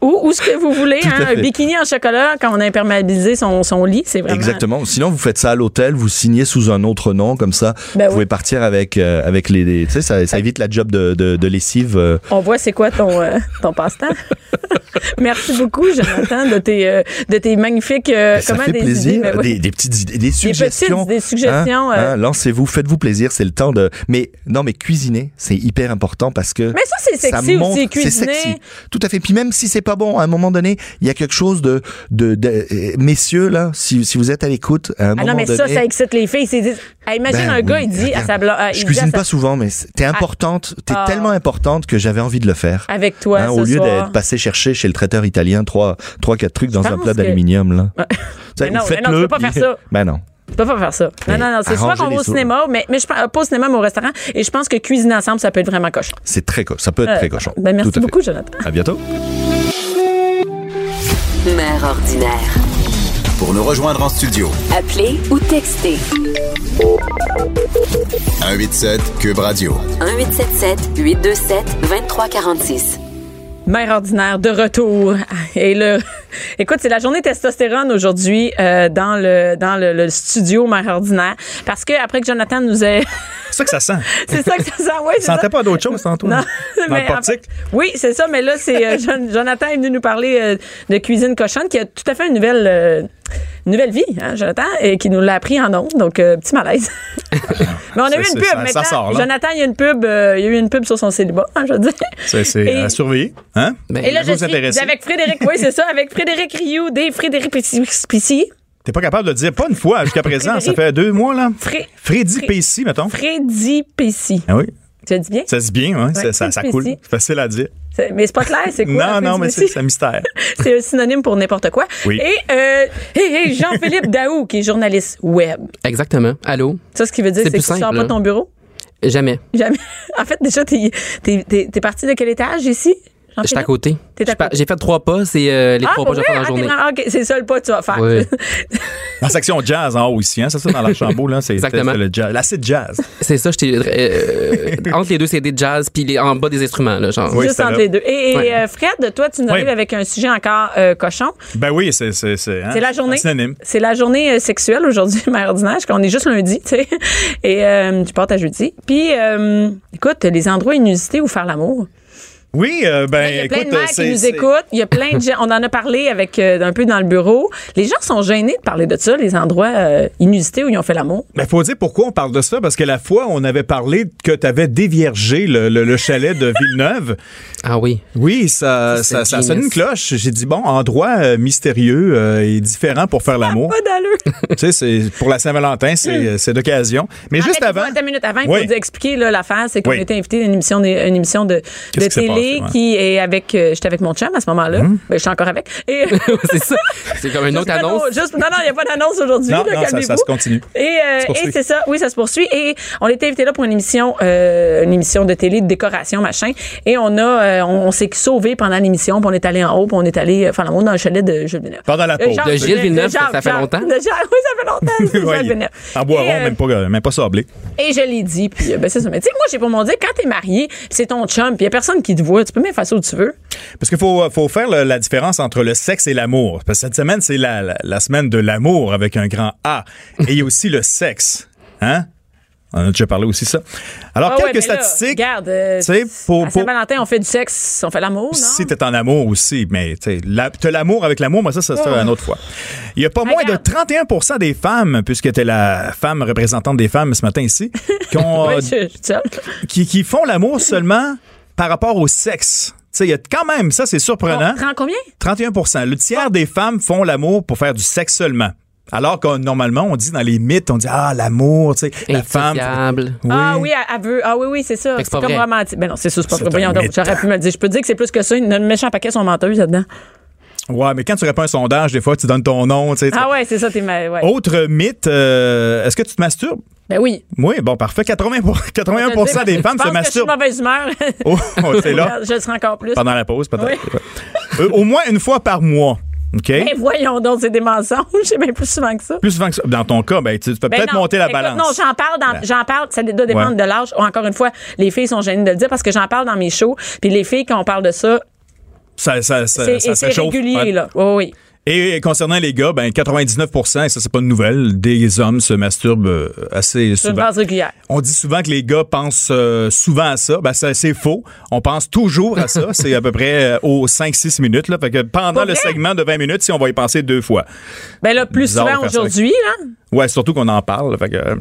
C: ou, ou ce que vous voulez,
D: Tout à
C: hein, un
D: fait.
C: bikini en chocolat quand on a imperméabilisé son, son lit, c'est vraiment.
D: Exactement. Sinon, vous faites ça à l'hôtel, vous signez sous un autre nom, comme ça,
C: Ben
D: vous
C: oui.
D: pouvez partir avec euh, avec les. les- tu sais, ça, ça évite la job de, de, de lessive. euh.
C: On voit c'est quoi ton, euh, ton passe-temps. Merci beaucoup, Jonathan, de tes, euh, de tes magnifiques. euh,
D: ça
C: comment
D: fait
C: des
D: plaisir.
C: idées, ben oui.
D: des, des petites idées, des
C: petites-
D: suggestions.
C: des suggestions,
D: Hein,
C: euh.
D: hein, Lancez-vous, faites-vous plaisir. C'est le temps de. Mais non, mais cuisiner, c'est hyper important parce que.
C: Mais ça, c'est
D: ça
C: sexy
D: montre-
C: aussi,
D: c'est
C: cuisiner.
D: sexy. Tout à fait. Puis même si c'est pas bon, à un moment donné, il y a quelque chose de, de, de- euh, messieurs là, si, si vous êtes à l'écoute, à un
C: Ah
D: moment
C: non, mais
D: donné.
C: ça, ça excite les filles. Ils se disent- Ah, imagine
D: Ben
C: un
D: oui,
C: gars, il dit à
D: regarde,
C: sa blonde. ah, il
D: Je
C: dit à
D: cuisine
C: sa-
D: pas souvent, mais c'est- t'es importante, t'es
C: Ah.
D: tellement importante que j'avais envie de le faire.
C: Avec toi,
D: Hein,
C: ce
D: au lieu
C: soir.
D: d'être passé chercher chez le traiteur italien trois, trois, quatre trucs dans un
C: pense
D: plat
C: que-
D: d'aluminium là.
C: Ouais.
D: Ça,
C: Mais non, mais
D: ou
C: non, tu
D: faites-le,
C: peux pas
D: puis-
C: faire ça.
D: Ben non.
C: Tu peux pas faire ça. Non,
D: Mais
C: non, non. C'est soit
D: Ben, arranger
C: qu'on
D: les
C: va au
D: sauces.
C: cinéma, mais, mais je pense- euh, pas au cinéma, mais au restaurant. Et je pense que cuisiner ensemble, ça peut être vraiment cochon.
D: C'est très co- ça peut être
C: Euh,
D: très cochon.
C: ben, merci
D: Tout à fait.
C: beaucoup, Jonathan.
D: À bientôt.
A: Mère ordinaire.
B: Pour nous rejoindre en studio,
A: Appelez ou textez
B: 187 Cube Radio.
A: 1877 827 2346.
C: Mère ordinaire de retour. Et le, écoute, c'est la journée testostérone aujourd'hui euh, dans le dans le, le studio Mère ordinaire parce que après que Jonathan nous ait,
E: C'est ça que ça sent.
C: c'est ça que ça sent. Ouais,
E: Je
C: c'est ça.
E: sentais pas d'autre chose tantôt.
C: Non,
E: dans
C: mais
E: le portique.
C: en fait- oui, c'est ça. Mais là, c'est euh, Jon- Jonathan est venu nous parler euh, de cuisine cochonne, qui a tout à fait une nouvelle, euh, une nouvelle vie, hein, Jonathan, et qui nous l'a appris en ondes. Donc, euh, petit malaise. mais on a
E: Ça,
C: eu
E: c'est-
C: une pub.
E: ça- ça
C: maintenant.
E: sort, là.
C: Jonathan, il y a une pub. euh, il y a eu une pub sur son célibat, hein, je veux dire.
E: C'est- C'est
C: Et-
E: à surveiller. Hein?
C: Et là,
E: Vous
C: je
E: vous intéressez.
C: suis avec Frédéric. Oui, c'est ça, avec Frédéric Rioux, des Frédéric Pissi.
E: T'es pas capable de le dire, pas une fois jusqu'à présent.
C: Frédéric-
E: Ça fait deux mois, là.
C: Fré-
E: Freddy
C: Fré-
E: Pessi, mettons.
C: Freddy Pissi.
E: Ah oui,
C: Tu as dit bien?
E: ça se dit bien, hein? ça, ça, ça
C: Freddy
E: coule.
C: Pessi.
E: C'est facile à dire.
C: C'est- Mais c'est pas clair, c'est quoi?
E: non,
C: Freddy
E: non, mais c'est
C: Pessi?
E: c'est un mystère.
C: C'est un synonyme pour n'importe quoi.
E: Oui.
C: Et, euh, et- et Jean-Philippe Daou, qui est journaliste web.
F: Exactement. Allô?
C: Ça, ce qui veut dire, c'est
F: C'est
C: que
F: plus
C: tu sors
F: simple,
C: pas de
F: hein.
C: ton bureau.
F: Jamais.
C: Jamais. En fait, déjà, t'es es, parti de quel étage ici?
F: Je suis
C: Jean-Philippe?
F: à côté.
C: T'es à
F: Je suis pas-
C: côté.
F: J'ai fait trois pas, c'est euh, les
C: Ah,
F: trois
C: pour
F: pas que
C: vrai?
F: j'ai fait dans la
C: Ah, t'es
F: journée.
C: vraiment- ok, c'est ça le pas que tu vas faire.
F: Oui.
E: La section jazz en haut ici, hein? C'est ça, dans l'Archambault, là. C'est c'est
F: Exactement.
E: le jazz. L'acide jazz.
F: C'est ça, j'étais euh, euh, entre les deux CD de jazz puis les- en bas des instruments là, genre.
E: Oui,
C: Juste
E: c'était
C: entre
E: là.
C: les deux. Et, et,
F: Ouais.
C: euh, Fred, toi, tu nous arrives
E: Oui.
C: avec un sujet encore euh, cochon.
E: Ben oui, c'est. C'est c'est, hein,
C: C'est la journée.
E: un synonyme.
C: C'est la journée euh, sexuelle aujourd'hui, mère ordinaire, parce qu'on est juste lundi, tu sais. Et euh, tu portes à jeudi. Puis, euh, écoute, les endroits inusités où faire l'amour.
E: Oui, euh, ben,
C: Il y a plein
E: écoute,
C: de mères
E: c'est-
C: qui nous
E: c'est-
C: écoutent. Il y a plein de gens. On en a parlé avec euh, un peu dans le bureau. Les gens sont gênés de parler de ça, les endroits euh, inusités où ils ont fait l'amour.
E: Ben, faut dire pourquoi on parle de ça, parce que la fois, on avait parlé que tu avais déviergé le, le- le chalet de Villeneuve.
F: Ah oui.
E: Oui, ça, ça,
F: Ça, c'est
E: ça sonne
F: genius.
E: une cloche. J'ai dit, bon, endroit euh, mystérieux euh, et différent pour faire l'amour.
C: Pas d'allure.
E: tu sais, c'est- pour la Saint-Valentin, c'est euh, c'est d'occasion. Mais juste
C: Euh. Arrêtez-vous
E: avant.
C: attends une minute avant, il
E: Oui.
C: faut vous expliquer là, l'affaire. C'est qu'on
E: Oui.
C: était invité à une émission de, une émission de, de
E: Qu'est-ce qui s'est
C: télé
E: passé, ouais. Hum.
C: qui est avec. euh, j'étais avec mon chum à ce moment-là. Ben, je suis encore avec. Et,
F: c'est ça. C'est comme une
C: Juste
F: autre
C: pas
F: annonce.
C: d'annonce, juste- non, non, il n'y a pas d'annonce aujourd'hui.
E: Non,
C: là,
E: non, ça- ça
C: calmez-vous.
E: se continue.
C: Et, euh,
E: Ça se poursuit.
C: et c'est ça, oui, ça se poursuit. Et on était invité là pour une émission, euh, une émission de télé, de décoration, machin. Et on a, euh, on, on s'est sauvé pendant l'émission, puis on est allé en haut, puis on est allé, enfin, l'amour dans le chalet de Jules Villeneuve.
E: Pendant la pause.
F: De Gilles Villeneuve, ça- ça fait longtemps?
C: de Jean- oui, Euh, ça fait longtemps. c'est Gilles
E: Oui.
C: Villeneuve.
E: en bois
C: Et,
E: rond,
C: euh,
E: même pas, même pas sablé.
C: et je l'ai dit, puis euh, ben, c'est ça. Mais tu sais, moi, j'ai pour mon dire, quand t'es marié, puis c'est ton chum, puis il n'y a personne qui te voit, tu peux même faire ça où tu veux.
E: Parce qu'il faut, faut faire le- la différence entre le sexe et l'amour. Parce que cette semaine, c'est la, la, la semaine de l'amour avec un grand A. Et il y a aussi le sexe. Hein? On en a déjà parlé aussi de ça. Alors,
C: Ah ouais,
E: quelques
C: mais là,
E: statistiques.
C: regarde, euh,
E: tu sais,
C: à
E: pour- pour-
C: Saint-Valentin, on fait du sexe, on fait l'amour, non?
E: si t'es en amour aussi, mais tu sais, la- t'as l'amour avec l'amour, mais ça, ça sera une autre fois. Il y a pas moins de
C: Regarde.
E: 31 des femmes, puisque t'es la femme représentante des femmes ce matin ici, qui, ont,
C: Ouais,
E: euh,
C: je- je suis seule.
E: qui, qui font l'amour seulement par rapport au sexe. Tu sais, il y a quand même, ça c'est surprenant,
C: On prend combien?
E: 31 Le tiers des femmes font l'amour pour faire du sexe seulement. Alors que normalement, on dit dans les mythes, on dit Ah, l'amour, tu sais, la femme.
F: Insociable.
C: Ah oui, elle, elle veut. Ah oui, oui, c'est ça.
F: Fait que
C: C'est
F: c'est pas
C: comme
F: vrai.
C: romantique. Ben non, c'est ça, c'est pas
E: C'est
C: vrai.
E: un
C: Voyons donc,
E: mythe.
C: j'aurais pu me le dire. Je peux te dire que c'est plus que ça. Une, une méchant paquet sont menteuses là-dedans.
E: Ouais, mais quand tu réponds à un sondage, des fois, tu donnes ton nom, tu sais.
C: Ah ouais, c'est ça, t'es ma... ouais.
E: Autre mythe, euh, est-ce que tu te masturbes?
C: Ben oui.
E: Oui, bon, parfait. 80 pour- 81 des
C: Je
E: femmes
C: pense que Je
E: se
C: suis de
E: masturbent.
C: mauvaise humeur.
E: Oh, oh, c'est là.
C: Je le serai encore plus.
E: Pendant la pause, peut-être. Ouais. Euh, au moins une fois par mois. OK?
C: Ben voyons donc, c'est des mensonges. C'est bien plus souvent que ça.
E: Plus souvent que ça. Dans ton cas, ben, tu tu peux
C: Ben
E: peut-être
C: non.
E: monter la
C: Écoute,
E: balance.
C: Non, j'en parle, dans- j'en parle, ça doit dépendre
E: Ouais.
C: de l'âge. Encore une fois, les filles sont gênées de le dire parce que j'en parle dans mes shows. Puis les filles, quand on parle de ça,
E: ça, ça,
C: c'est
E: ça, ça
C: et c'est
E: s'échauffe.
C: régulier,
E: Ouais.
C: là. Oui, oui.
E: Et concernant les gars, ben 99 et ça, c'est pas une nouvelle, des hommes se masturbent euh, assez
C: C'est une
E: souvent.
C: base régulière.
E: On dit souvent que les gars pensent euh, souvent à ça. Ben, ça, c'est faux. On pense toujours à ça. c'est à peu près euh, aux 5-6 minutes. Là. Fait que pendant
C: Pour
E: le
C: vrai?
E: segment de 20 minutes, si on va y penser deux fois.
C: Ben là, plus
E: Bizarre de
C: souvent
E: faire ça avec-
C: aujourd'hui, là.
E: Ouais, surtout qu'on en parle. fait que, euh,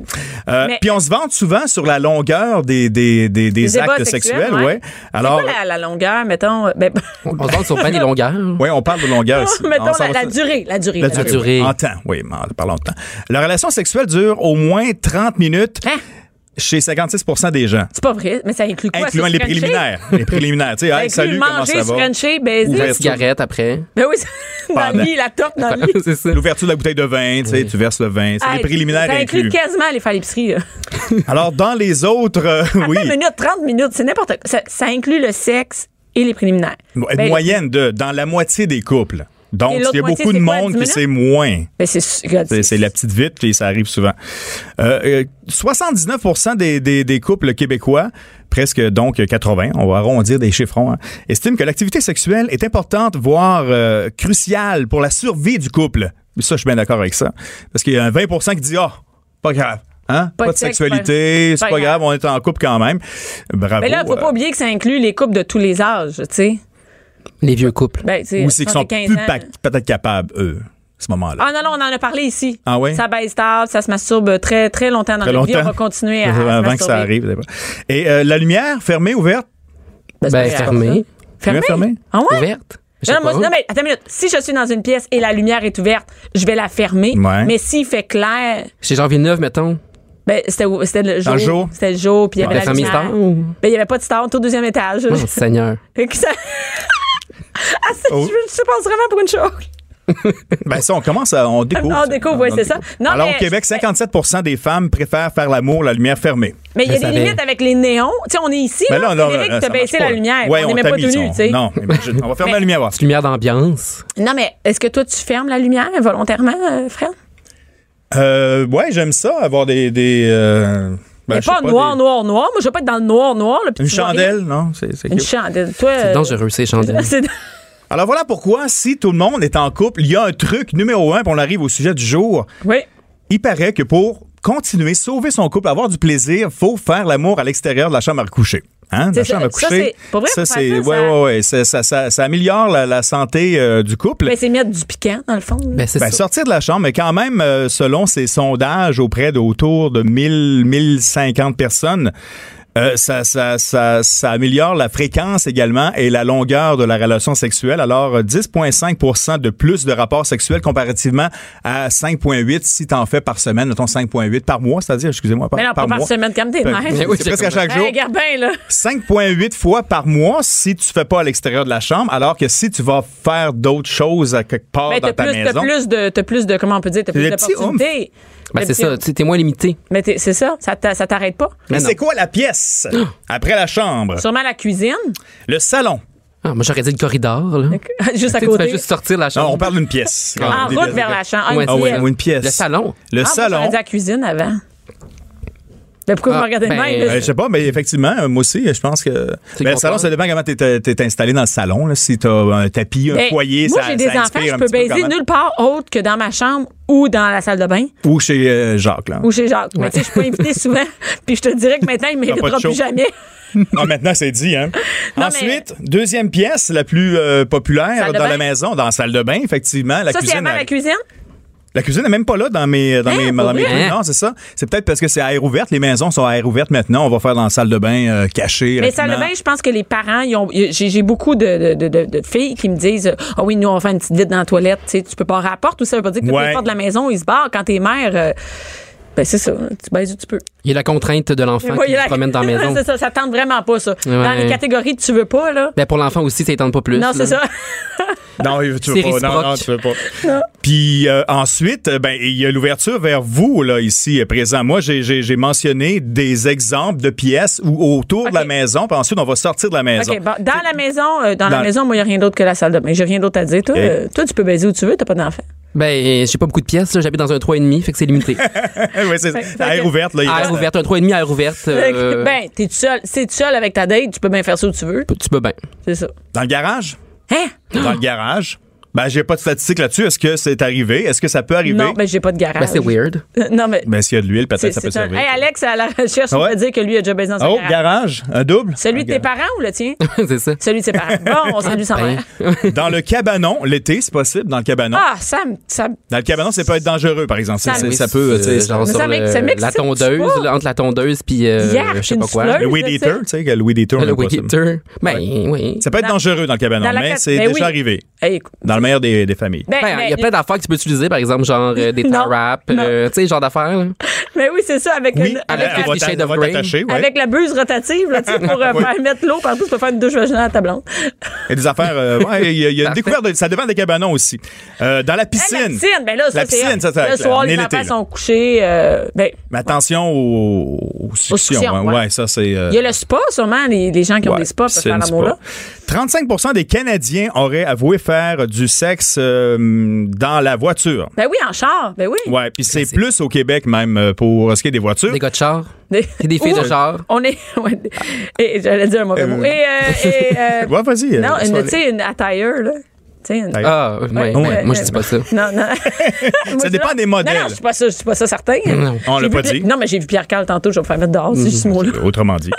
E: euh,
C: Mais-
E: Puis on se vante souvent sur la longueur des, des, des, des
C: Des débats
E: actes
C: sexuels,
E: sexuels.
C: ouais.
E: ouais.
C: C'est
E: Alors,
C: quoi la, la longueur, mettons? euh, Ben,
F: On, on se demande sur pas des longueurs.
E: ouais, on parle de longueur. ici.
C: mettons
E: Ah, On s'en
C: la,
E: va
C: la
E: sur-
C: durée. La durée.
E: La
C: la
E: durée.
C: durée.
F: durée.
E: oui. En temps, oui, mais en- parlons de temps. La relation sexuelle dure au moins 30 minutes
C: Hein?
E: chez 56 des gens,
C: C'est pas vrai, mais ça inclut quoi?
E: incluant
C: se
E: les
C: frencher?
E: préliminaires. Les préliminaires, tu sais,
C: Ça
E: hey,
C: inclut
E: salut, comment
C: manger,
E: ça
C: se
E: va?
C: frencher, baiser.
E: Ouvert.
F: Une cigarette après.
C: Ben oui, c'est- dans le
E: Pendant.
C: lit, la top dans le lit.
F: c'est ça.
E: L'ouverture de la bouteille de vin, tu sais, tu verses le vin. C'est
C: Hey,
E: les préliminaires
C: Ça inclut
E: inclus.
C: quasiment aller faire l'épicerie. là.
E: Alors, dans les autres, euh, oui,
C: Attends une minute, 30 minutes, c'est n'importe quoi. Ça, ça inclut le sexe et les préliminaires.
E: une
C: Ben,
E: moyenne de, dans la moitié des couples. Donc,
C: Et
E: il
C: l'autre
E: y a
C: moitié,
E: beaucoup de
C: c'est quoi,
E: monde
C: 10
E: qui
C: minutes?
E: c'est moins.
C: Ben c'est su- regarde,
E: C'est c'est la petite vite, puis ça arrive souvent. Euh, euh, 79 des, des, des couples québécois, presque donc 80, on va arrondir des chiffrons, hein, estiment que l'activité sexuelle est importante, voire euh, cruciale pour la survie du couple. Ça, je suis bien d'accord avec ça. Parce qu'il y a un 20 qui dit Ah, pas grave. Hein? Pas,
C: Pas
E: de
C: de sexe,
E: sexualité,
C: pas-
E: c'est
C: pas
E: pas grave,
C: grave.
E: on est en couple quand même. Bravo.
C: Mais Ben là, faut
E: euh,
C: pas oublier que ça inclut les couples de tous les âges, tu sais.
F: Les vieux couples.
C: Ben, tu sais,
E: ou c'est qu'ils sont
C: 75
E: plus
C: ans. euh,
E: pa- peut-être capables, eux, à ce moment-là.
C: Ah non, non, on en a parlé ici.
E: Ah ouais?
C: Ça baisse tard, ça se masturbe très, très longtemps dans
E: Très
C: la vie. On
E: longtemps.
C: va hein, continuer à se
E: avant que
C: masturber.
E: ça arrive. Et euh, la lumière, fermée, ouverte?
C: Ben, c'est
F: Ben,
C: pas grave,
F: fermée.
C: ça. Fermée?
E: Lumière fermée?
C: Ah ouais?
F: Ouverte. Je sais
C: Non, non, moi,
F: pas.
C: non, mais attends une minute. Si je suis dans une pièce et la lumière est ouverte, je vais la fermer.
E: Ouais.
C: Mais s'il fait clair,
F: Chez Jean Villeneuve, mettons.
C: ben, c'était, où- c'était le jour.
E: le jour?
C: C'était le jour, puis il y avait
F: La
C: la,
F: famille
C: lumière.
F: star ou-
C: Ben, il n'y avait pas de star, on était au deuxième étage.
F: Oh, Seigneur.
C: Fait que ça- Ah, c'est-
E: Oh.
C: je, je pense vraiment pour une chose.
E: Ben ça, on commence à... On découvre.
C: On
E: ça.
C: découvre, ouais,
E: On
C: c'est ça.
E: découvre.
C: Non,
E: Alors
C: mais-
E: au Québec, 57 des femmes préfèrent faire l'amour la lumière fermée.
C: Mais il y a
F: Je
C: des
F: savais.
C: limites avec les néons. Tu sais, on est ici.
E: Ben
C: là, Frédéric, t'as
E: ça marche
C: baissé
E: pas.
C: la lumière.
E: Ouais,
C: on n'est même pas
E: tamise,
C: tenu,
E: on-
C: tu sais.
E: Non, imagine. on va fermer la lumière. voir.
F: Petite lumière d'ambiance.
C: Non, mais est-ce que toi, tu fermes la lumière volontairement, euh, Fred?
E: Euh, ouais, j'aime ça, avoir des... des euh, ben,
C: Mais
E: je sais
C: pas, noir,
E: des-
C: noir, noir. Moi, je veux pas être dans le noir, noir. là, puis
E: Une
C: tu vois rien.
E: chandelle, non? C'est c'est
C: Une
E: cute.
C: chandelle. Toi,
F: C'est
C: euh,
F: dangereux, ces chandelles.
C: c'est-
E: Alors voilà pourquoi, si tout le monde est en couple, il y a un truc numéro un, puis on arrive au sujet du jour.
C: Oui.
E: Il paraît que pour continuer, sauver son couple, avoir du plaisir, faut faire l'amour à l'extérieur de la chambre à coucher. Hein,
C: C'est
E: la chambre
C: ça- ça,
E: à coucher.
C: c'est- pour vrai,
E: ça,
C: faut faire
E: c'est.
C: ça,
E: Ouais,
C: ça-
E: ouais, ouais. Ça, ça- ça- ça améliore la, la santé euh, du couple.
C: Ben, c'est mettre du piquant, dans le fond.
F: Ben, c'est
E: Ben,
F: ça.
E: sortir de la chambre, mais quand même, euh, selon ces sondages auprès d'autour de 1000, 1050 personnes, euh, ça, ça, ça, ça améliore la fréquence également et la longueur de la relation sexuelle. Alors, euh, 10,5 de plus de rapports sexuels comparativement à 5,8 si t'en fais par semaine, mettons 5,8 par mois, c'est-à-dire, excusez-moi, par,
C: Mais non, pas
E: par
C: par
E: mois.
C: semaine, comme t'es
E: Ben,
C: mères.
F: oui,
E: c'est presque
F: j'ai
E: à chaque jour.
C: Hey, regarde bien, là.
E: 5,8 fois par mois si tu fais pas à l'extérieur de la chambre, alors que si tu vas faire d'autres choses à quelque part
C: Ben,
E: dans
C: t'as
E: ta
C: plus, t'as
E: maison.
C: plus de, t'as plus de, comment on peut dire, t'as plus
E: Le petit
C: d'opportunités.
F: Ben,
C: Le
F: c'est
C: petit-
F: ça. Tu es moins limité.
C: Mais t'es- c'est ça, ça t'a- ça t'arrête pas.
E: Mais
F: non.
E: c'est quoi la pièce
C: Ah!
E: après la chambre?
C: Sûrement la cuisine,
E: Le salon.
F: Ah, moi, j'aurais dit le corridor. Là.
C: juste
F: Tu sais,
C: à
F: tu fais
C: côté.
F: juste sortir de la
E: Non,
F: chambre.
E: on parle d'une pièce.
C: En route vers la chambre. Ah,
F: Ouais,
C: une
E: Ah oui,
C: pièce.
E: ou une pièce.
F: Le salon.
E: Le
C: Ah, moi,
E: salon.
C: j'aurais dit la cuisine avant. Mais pourquoi
F: Ah,
C: vous me regardez de
F: ben,
C: même? là?
E: Euh, je sais pas, mais effectivement, euh, moi aussi, je pense que.
F: C'est
E: Ben,
F: contraire.
E: le salon, ça dépend comment t'es, t'es- t'es installé dans le salon. là. Si t'as un tapis, un
C: Ben,
E: foyer,
C: moi,
E: ça
C: j'ai des
E: ça
C: enfants,
E: inspire
C: je
E: un
C: peux
E: petit peu
C: baiser
E: quand même.
C: nulle part autre que dans ma chambre ou dans la salle de bain
E: Ou chez euh, Jacques, là.
C: ou chez Jacques. Mais tu sais, je suis pas invitée souvent. Puis je te dirais que maintenant, il ne
E: T'as pas de
C: m'invitera
E: show.
C: plus jamais.
E: Ah, maintenant, c'est dit, hein.
C: Non,
E: Ensuite, deuxième pièce, la plus euh, populaire
C: Salle de
E: dans la
C: bain.
E: maison, dans la salle de bain, effectivement. La
C: ça, c'est
E: cuisine.
C: avant la cuisine?
E: La cuisine n'est même pas là dans mes dans
C: Hein,
E: mes,
C: pour
E: dans mes
F: vrai?
E: trucs. Non, c'est ça. C'est peut-être parce que c'est à air ouverte. Les maisons sont à air ouverte maintenant. On va faire dans la salle de bain euh, cachée.
C: Mais
E: rapidement.
C: salle de bain, je pense que les parents, ils ont, ils- j'ai, j'ai beaucoup de, de- de- de filles qui me disent euh, Ah oui, nous, on va faire une petite vite dans la toilette. Tu sais, tu peux pas avoir rapport. Tout ça veut pas dire que toutes
E: Ouais.
C: les portes de la maison, ils se barrent. Quand t'es mère, euh, ben c'est ça. Tu baises où tu peux.
F: Il y a la contrainte de l'enfant
C: Ouais,
F: qui
C: la-
F: se promène dans la maison.
C: c'est ça, ça tente vraiment pas, ça. Dans
F: Ouais.
C: les catégories que tu veux pas, là.
F: Ben, pour l'enfant aussi, ça étend pas plus.
C: non, c'est
F: là.
C: ça.
E: Non, tu
F: C'est
E: veux pas. Non,
F: réciproque.
E: non, tu veux pas. Puis euh, ensuite, euh, ben il y a l'ouverture vers vous là ici euh, présent. Moi, j'ai- j'ai j'ai mentionné des exemples de pièces ou autour de la
C: OK.
E: maison. Puis ensuite, on va sortir de la maison.
C: OK, bon, dans la maison, euh, dans,
E: Dans-
C: la maison, moi, il n'y a rien d'autre que la salle de bain. J'ai rien d'autre à dire. Toi, euh, toi, tu peux baiser où tu veux, t'as pas d'enfant.
F: Ben, j'ai pas beaucoup de pièces. là. J'habite dans un 3,5, fait que c'est limité.
E: Ouais, c'est
C: Fait-
E: à air
C: fait-
E: ouverte là. il
F: air
E: reste-
F: ouverte, un 3,5 à air ouverte. euh,
C: Ben, t'es tout seul. C'est tout seul avec ta date, tu peux bien faire ça où tu veux.
F: Tu peux bien.
C: C'est ça.
E: Dans le garage.
C: Hein?
E: Dans le garage. Ben j'ai pas de statistiques là-dessus. Est-ce que c'est arrivé Est-ce que ça peut arriver
C: Non, ben, j'ai pas de garage.
F: Ben, c'est weird.
C: Non, mais.
E: Ben, s'il y a de l'huile, peut-être
C: c'est,
E: ça peut
C: c'est un...
E: servir.
C: Hey, Alex, à la recherche, on
E: Ouais.
C: va dire que lui a déjà baisé dans sa
E: oh,
C: garage.
E: garage, un double.
C: Celui
E: Un
C: de tes
E: garage.
C: parents ou le tien?
F: c'est ça.
C: Celui de ses parents. Bon, on
F: Ben,
C: salue sa mère.
E: Dans le cabanon, l'été, c'est possible, dans le cabanon.
C: Ah, ça me. Ça... me-
E: Dans le cabanon, ça peut être dangereux, par exemple. Ça,
C: Ça-
E: c'est-
F: Oui,
E: ça peut, tu sais,
F: euh, genre
C: ça-
F: sur
C: ça
F: le-
C: m'ex- ça m'excite,
F: la
C: je sais
F: tondeuse,
C: pas.
F: là, entre la tondeuse puis euh,
C: Yark,
F: je sais
C: une
F: pas quoi.
C: fleuve.
E: le
C: je
E: weed
C: sais.
E: eater, tu sais, que le weed eater. on
F: Le
E: n'a pas
F: weed
E: ça.
F: eater. Ben, oui.
E: Ça peut être
C: Dans-
E: dangereux dans le cabanon,
C: dans la
E: mais
C: cate-
E: c'est
C: ben
E: déjà
C: oui.
E: arrivé.
C: Hey, écoute.
E: Dans le meilleur des, des familles.
C: Ben,
F: Ben, il y a
C: ben,
F: plein d'affaires que tu peux utiliser, par exemple, genre euh, des
C: Non,
F: tar wraps,
C: non.
F: euh, tu sais, genre d'affaires. là.
C: Mais oui, c'est ça, avec,
E: oui,
C: une-
E: avec
C: avec,
F: la-
E: on va
F: Fifty Shades
E: t'a- on
F: of
E: va
F: Grey.
E: t'attacher. ouais.
C: avec la buse rotative, là, tu sais, pour euh, faire mettre l'eau partout, tu peux faire une douche vaginale à ta blonde.
E: Il y a des affaires. euh, ouais, il y a, il y a une découverte. de- ça dépend des cabanons aussi. Euh, dans la piscine.
C: Hey, Ah, la piscine, ben là, ça,
E: La
C: c'est-
E: piscine, ça, ça,
C: Le soir,
E: on est
C: les
E: l'été,
C: enfants
E: là.
C: sont couchés. euh, ben,
E: Mais attention aux, aux suctions.
C: suctions,
E: hein.
C: ouais.
E: Ouais, ça, c'est. euh,
C: il y a le spa, sûrement, les, les gens qui ont
E: Ouais,
C: des spas peuvent
E: c'est
C: faire
E: une
C: l'amour là.
E: spa. 35 des Canadiens auraient avoué faire du sexe euh, dans la voiture.
C: Ben oui, en char, ben oui.
E: Ouais, puis c'est
F: Classique.
E: plus au Québec même euh, pour ce qui est des voitures.
F: Des gars de char.
C: Des,
F: C'est des filles
C: Ouh,
F: de char.
C: Oh. On est. ouais, et j'allais dire un mauvais mot. Et. euh, et, euh,
E: Ouais, vas-y. euh,
C: non,
E: laisse
C: une-
E: aller.
C: tu sais, une attire, là. Tu sais, une.
E: Attire.
F: Ah, ouais, ouais,
C: ouais.
F: moi, je dis pas ça.
C: Non, non. Moi, je-
E: dépend des
C: non,
E: modèles.
C: Non, je suis pas ça, je suis pas ça certain.
E: On
C: J'ai
E: l'a
C: vu Pierre-
E: pas dit. Mm-hmm.
C: Non, mais j'ai vu Pierre Carl tantôt, je vais me faire mettre dehors, c'est juste ce mot-là.
E: Euh, Autrement dit.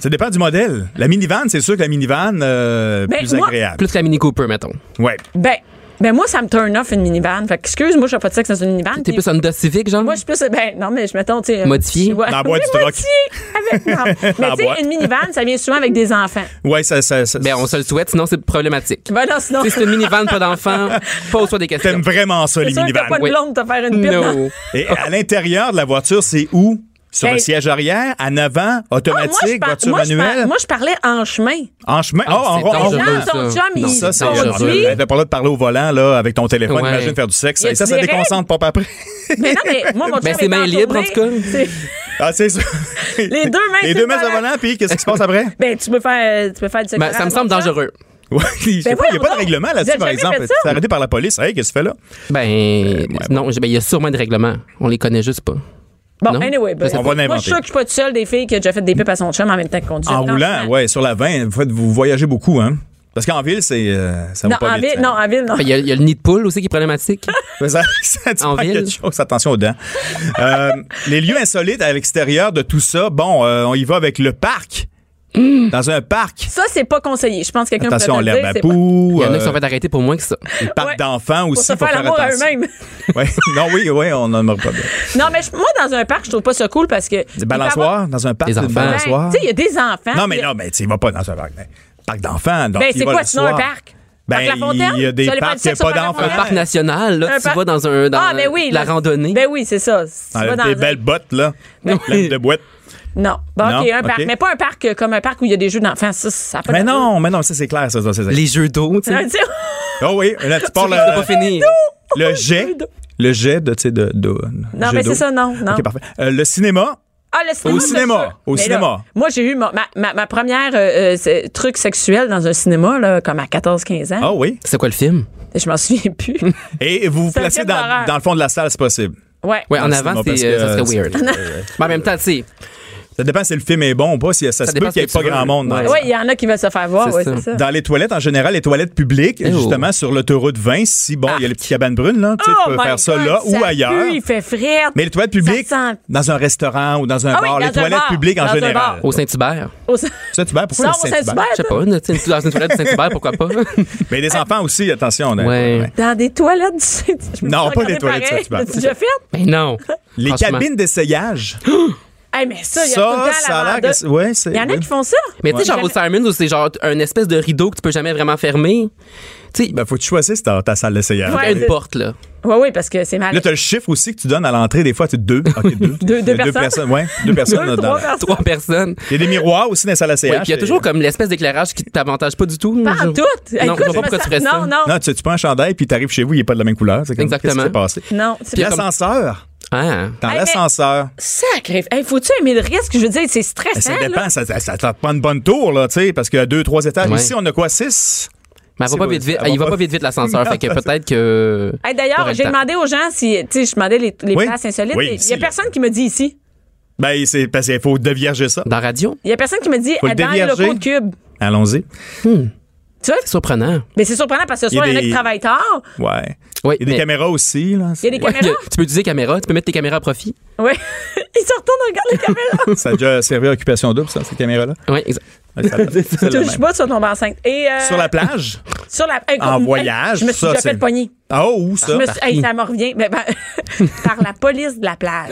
E: ça dépend du modèle. La minivan, c'est sûr que la minivan, euh,
C: Ben,
E: plus
C: moi-
E: agréable.
F: Plus que la Mini Cooper, mettons.
E: Ouais.
C: Ben, ben moi, ça me turn off une minivan. Fait que, excuse-moi, je suis pas de sexe dans une minivan.
F: T'es
C: Puis-
F: plus Honda Civic, genre?
C: Moi, je suis plus. Ben, non, mais je mettons, tu sais.
F: Modifié?
C: Ouais.
E: Dans la boîte
C: Oui,
E: du truck.
C: modifié. Avec,
E: Dans
C: non.
E: la
C: Mais tu
E: boîte.
C: sais, une minivan, ça vient souvent avec des enfants.
E: Ouais, ça. ça, ça-
F: Ben, on se le souhaite, sinon c'est problématique.
C: Ben non, sinon.
F: Tu sais, c'est une minivan, pas d'enfant, pose-toi des questions.
E: T'aimes vraiment ça, les
C: C'est sûr que t'as
E: minivans.
C: pas de
F: Oui.
C: blonde pour te faire une pipe.
F: No.
E: Et à l'intérieur de la voiture, c'est où? Sur le
C: Ben-
E: siège arrière, en avant,
C: Ah,
E: automatique,
C: moi, je par-
E: voiture
C: moi, je par-
E: manuelle,
C: moi, je parlais en chemin.
E: en chemin.
F: Ah,
E: oh,
F: c'est
E: en- en-
F: dangereux.
C: Genre,
F: ça.
C: ton chum,
F: Non,
C: il
F: ça,
E: Ça, c'est
F: dangereux.
C: conduit.
E: Ben, T'as pas le droit de parler au volant, là, avec ton téléphone.
F: Ouais.
E: Imagine faire du sexe.
C: Y a
E: Et ça,
C: des
E: ça
C: règles?
E: déconcentre pas après.
C: Mais non, mais moi, mon chum.
F: Ben, c'est main libre, en tout cas.
E: Ah, c'est ça.
C: Les deux mains
E: Les
C: sur
E: deux
C: le
E: mains au
C: volant.
E: volant, puis qu'est-ce qui se passe après?
C: Ben, tu peux faire, tu peux faire du sexe
F: Ben, ça
C: oral,
F: me semble
C: mon chum.
F: dangereux.
E: Ouais, je sais
C: Ben
E: pas, il n'y
C: voyons
E: a pas de
C: donc.
E: règlement
C: Vous
E: là-dessus,
C: avez
E: par
C: jamais
E: exemple.
C: fait
E: C'est
C: ça?
E: arrêté par la police. Hey, qu'est-ce que tu fais là?
F: Ben, non, je- ben, il y a sûrement des règlements. On les connaît juste pas.
C: Bon,
F: Non?
C: anyway, ben,
F: On
E: va l'inventer.
C: moi, je suis sûr que je suis pas toute seule des filles qui a déjà fait des pipes à son chum en même temps que conduit.
E: En
C: Non,
E: roulant,
C: non.
E: ouais, sur la 20, vous, faites- vous voyagez beaucoup, hein? Parce qu'en ville, c'est, euh, ça va
C: Non,
E: pas
C: en
E: vite.
C: ville,
E: hein.
C: non, en ville, non.
F: Ben, Il y, a- il y a le nid de poule aussi qui est problématique.
E: Ça, ça dit
F: En
E: pas
F: ville.
E: quelque chose. Attention aux dents. Euh, les lieux insolites à l'extérieur de tout ça, bon, euh, on y va avec le parc.
C: Mmh.
E: Dans un parc.
C: Ça, c'est pas conseillé. Je pense que quelqu'un peut
E: Attention,
C: te le
E: l'herbe
C: dire.
E: à
F: ben,
C: c'est pas-
E: poux.
F: Il y en a
E: euh,
F: qui sont fait arrêter pour moins que ça.
E: les parcs
C: Ouais.
E: d'enfants
C: Pour
E: aussi.
C: se
E: faut
C: faire l'amour à
E: attention.
C: eux-mêmes.
E: Ouais. Non, oui, oui, on n'en meurt pas bien.
C: Non, mais je- moi, dans un parc, je trouve pas ça cool parce que.
E: Des balançoires, dans un parc,
F: Des
E: des
F: enfants.
C: Ben,
E: balançoires.
C: Tu sais, il y a des enfants.
E: Non, mais
C: puis-
E: non, mais tu vas pas dans un parc. mais- Parc d'enfants. donc
C: Ben,
E: il
C: c'est
E: va
C: quoi,
E: le
C: sinon, un
E: soir.
C: parc?
E: Ben,
C: Parc La Fontaine?
E: il y a des
C: Tu vas aller faire
E: parcs
C: du
E: qui n'ont
C: sexe au
E: pas
C: Parc La
E: d'enfants.
F: Un
C: Ouais.
F: parc national, là,
C: Un
F: tu
C: parc-
F: vas dans un dans
C: ah, ben oui.
F: la
C: là-
F: randonnée.
C: Ben oui, c'est ça. Tu vas
E: Avec
C: dans
E: des
C: un-
E: belles bottes, là.
F: Oui.
E: Pleines de boîtes.
C: Non. Bon,
E: Non,
C: OK, un parc.
E: ok.
C: Mais pas un parc euh, comme un parc où il y a des jeux d'enfants. Ça, ça a pas
E: Mais
C: d'allure.
E: non, mais non, ça, c'est clair, ça. ça, ça, ça.
F: les jeux d'eau, tu
C: Non,
F: sais.
C: tu sais,
E: Ah oui, là, tu parles
F: C'est pas fini.
E: le jet. Le jet de, tu sais, de, de-
C: Non,
E: jet
C: mais
E: d'eau.
C: c'est ça, non. non.
E: OK, parfait. Euh, le cinéma.
C: Ah, le cinéma.
E: Au
C: c'est
E: cinéma,
C: sûr.
E: au
C: Mais
E: cinéma.
C: là, moi, j'ai eu ma, ma, ma- ma première euh, euh, c'est- truc sexuel dans un cinéma, là, comme à 14-15 ans.
E: Ah oui.
F: C'est quoi le film?
C: Je m'en souviens plus.
E: Et vous vous
C: C'est un
E: placez
C: film
E: dans,
C: d'horreur.
E: dans le fond de la salle, c'est possible.
C: Ouais.
F: Ouais,
E: Dans
F: en
E: le
F: avant,
E: cinéma, Ah, parce
F: c'est, euh, ça
E: que,
F: serait weird. Mais en même temps, tu sais,
E: Ça dépend si le film est bon ou pas. Si, ça, se
F: dépend
E: peut qu'il n'y ait
F: ce que
E: pas
F: tu
E: grand
F: veux.
E: monde. dans la
F: Ouais.
C: Oui, il y en a qui veulent se faire voir.
F: C'est
C: ouais,
F: ça.
C: c'est ça.
E: Dans les toilettes, en général, les toilettes publiques,
F: Eh oh.
E: justement, sur l'autoroute 20, si bon, il y a les petites cabanes brunes, là, tu sais, tu peux
C: Oh my
E: faire ça
C: God,
E: là ou
C: ça
E: ailleurs.
C: pue, il fait frais.
E: Mais les toilettes publiques,
C: Ça sent-
E: dans un restaurant ou dans un
C: Ah oui,
E: bar,
C: dans
E: les
C: un
E: toilettes
C: bar,
E: publiques en
C: dans un
E: général.
C: bar.
F: au Saint-Hubert.
C: Au- Non,
E: Ça, tu vas pourquoi
C: au
E: le Saint-Hubert?
F: Je sais
C: Saint-Hubert.
F: pas, là, tu sais, dans une toilette du Saint-Hubert, pourquoi pas?
E: Mais des enfants aussi, attention. on a-
F: Ouais.
E: ouais.
C: Dans des toilettes du Saint-Hubert. Je me
E: Non,
C: suis
E: pas
C: regardée
E: des toilettes du
C: pareil.
E: Saint-Hubert.
C: L'as-tu déjà fait?
F: Mais non.
E: Les
F: Franchement.
E: cabines d'essayage.
C: Hey, mais ça, il y a tout le temps
E: Ça,
C: la
E: ça a l'air
C: vendeur.
E: que. c'est- Ouais, c'est.
C: Il y en a
E: oui.
C: qui font ça.
F: Mais tu sais, genre
C: Ouais.
F: au Simons, où c'est genre un espèce de rideau que tu peux jamais vraiment fermer. Tu sais,
E: Ben, faut que tu choisisses ta, ta salle d'essayage.
C: Ouais.
F: il y a une
C: c'est-
F: porte, là.
C: Oui, oui, parce que c'est mal.
E: Là, tu as le chiffre aussi que tu donnes à l'entrée, des fois, tu deux. OK, deux.
C: Deux- deux
E: Il y a
C: personnes.
E: ouais, deux personnes.
C: Deux,
E: là,
C: trois
E: dans-
C: personnes.
F: Trois personnes.
E: Il y a des miroirs aussi dans la salle
F: Ouais,
E: d'essayage.
F: puis il y a
E: Et-
F: toujours comme l'espèce d'éclairage qui t'avantage pas du tout.
C: Pas
F: Je-
C: en tout. Écoute,
F: Non, je vois
C: je
F: pas
C: me
F: pourquoi tu
C: sens-
F: ferais ça.
C: Non, non.
E: Non, tu, tu prends un chandail, puis tu arrives chez vous, il n'est pas de la même couleur. C'est comme,
F: Exactement.
E: Qu'est-ce qui s'est passé?
C: Non, c'est
F: Puis
C: pas-
F: comme-
E: L'ascenseur.
F: Ah.
E: Dans
C: Hey, mais-
E: l'ascenseur.
C: sacré. Hey, faut-tu aimer le risque? Je veux dire, c'est
E: Ben,
C: stressant.
E: Ça
C: là.
E: dépend, ça, ça, ça te prend une bonne tour, là, tu sais, parce qu'il y a deux, trois étages.
F: Ouais.
E: Ici, on a quoi, six?
F: Mais elle va
E: C'est
F: pas
E: bon,
F: vite, vite.
E: elle va
F: il va
E: pas-
F: pas vite vite l'ascenseur. fait que
E: Non,
F: peut-être que.
C: Hey,
F: T'aurais
C: D'ailleurs,
F: le
C: j'ai
F: temps.
C: demandé aux gens si, tu sais, je demandais les, les
E: Oui.
C: places insolites.
E: Oui,
C: et il
E: ici,
C: n'y a
E: là.
C: personne qui me dit ici.
E: Ben, c'est parce qu'il faut dévierger ça.
F: Dans radio?
C: Il n'y a personne qui me dit
E: Faut le
C: dans les
E: dévierger.
C: locaux de Cube.
E: Allons-y.
C: Tu vois?
F: C'est surprenant.
C: Mais c'est surprenant parce que ce soir,
E: Il
C: il
E: y
C: y en
E: a
C: a qui
E: des-
C: travaillent tard.
E: Ouais.
F: Oui.
E: Il y a des caméras aussi, là.
C: Il y a des
F: Ouais,
C: caméras.
F: tu peux utiliser caméra, tu peux mettre tes caméras à profit.
C: Oui. Ils se retournent, regardent les caméras.
E: Ça a déjà servi à occupation double, ça, ces caméras-là.
F: Ouais, exact.
E: Ouais, ça- c'est le
C: Touche
E: même.
C: pas, tu vas tomber enceinte. Et, euh,
E: Sur la plage?
C: sur la- hey,
E: En
C: comme- hey,
E: voyage,
C: Je me suis
E: ça,
C: déjà
E: c'est-
C: fait pogner.
E: Ah, oh, où
C: Je
E: ça?
C: me suis- hey, ça me revient. Ben, ben, par la police de la plage.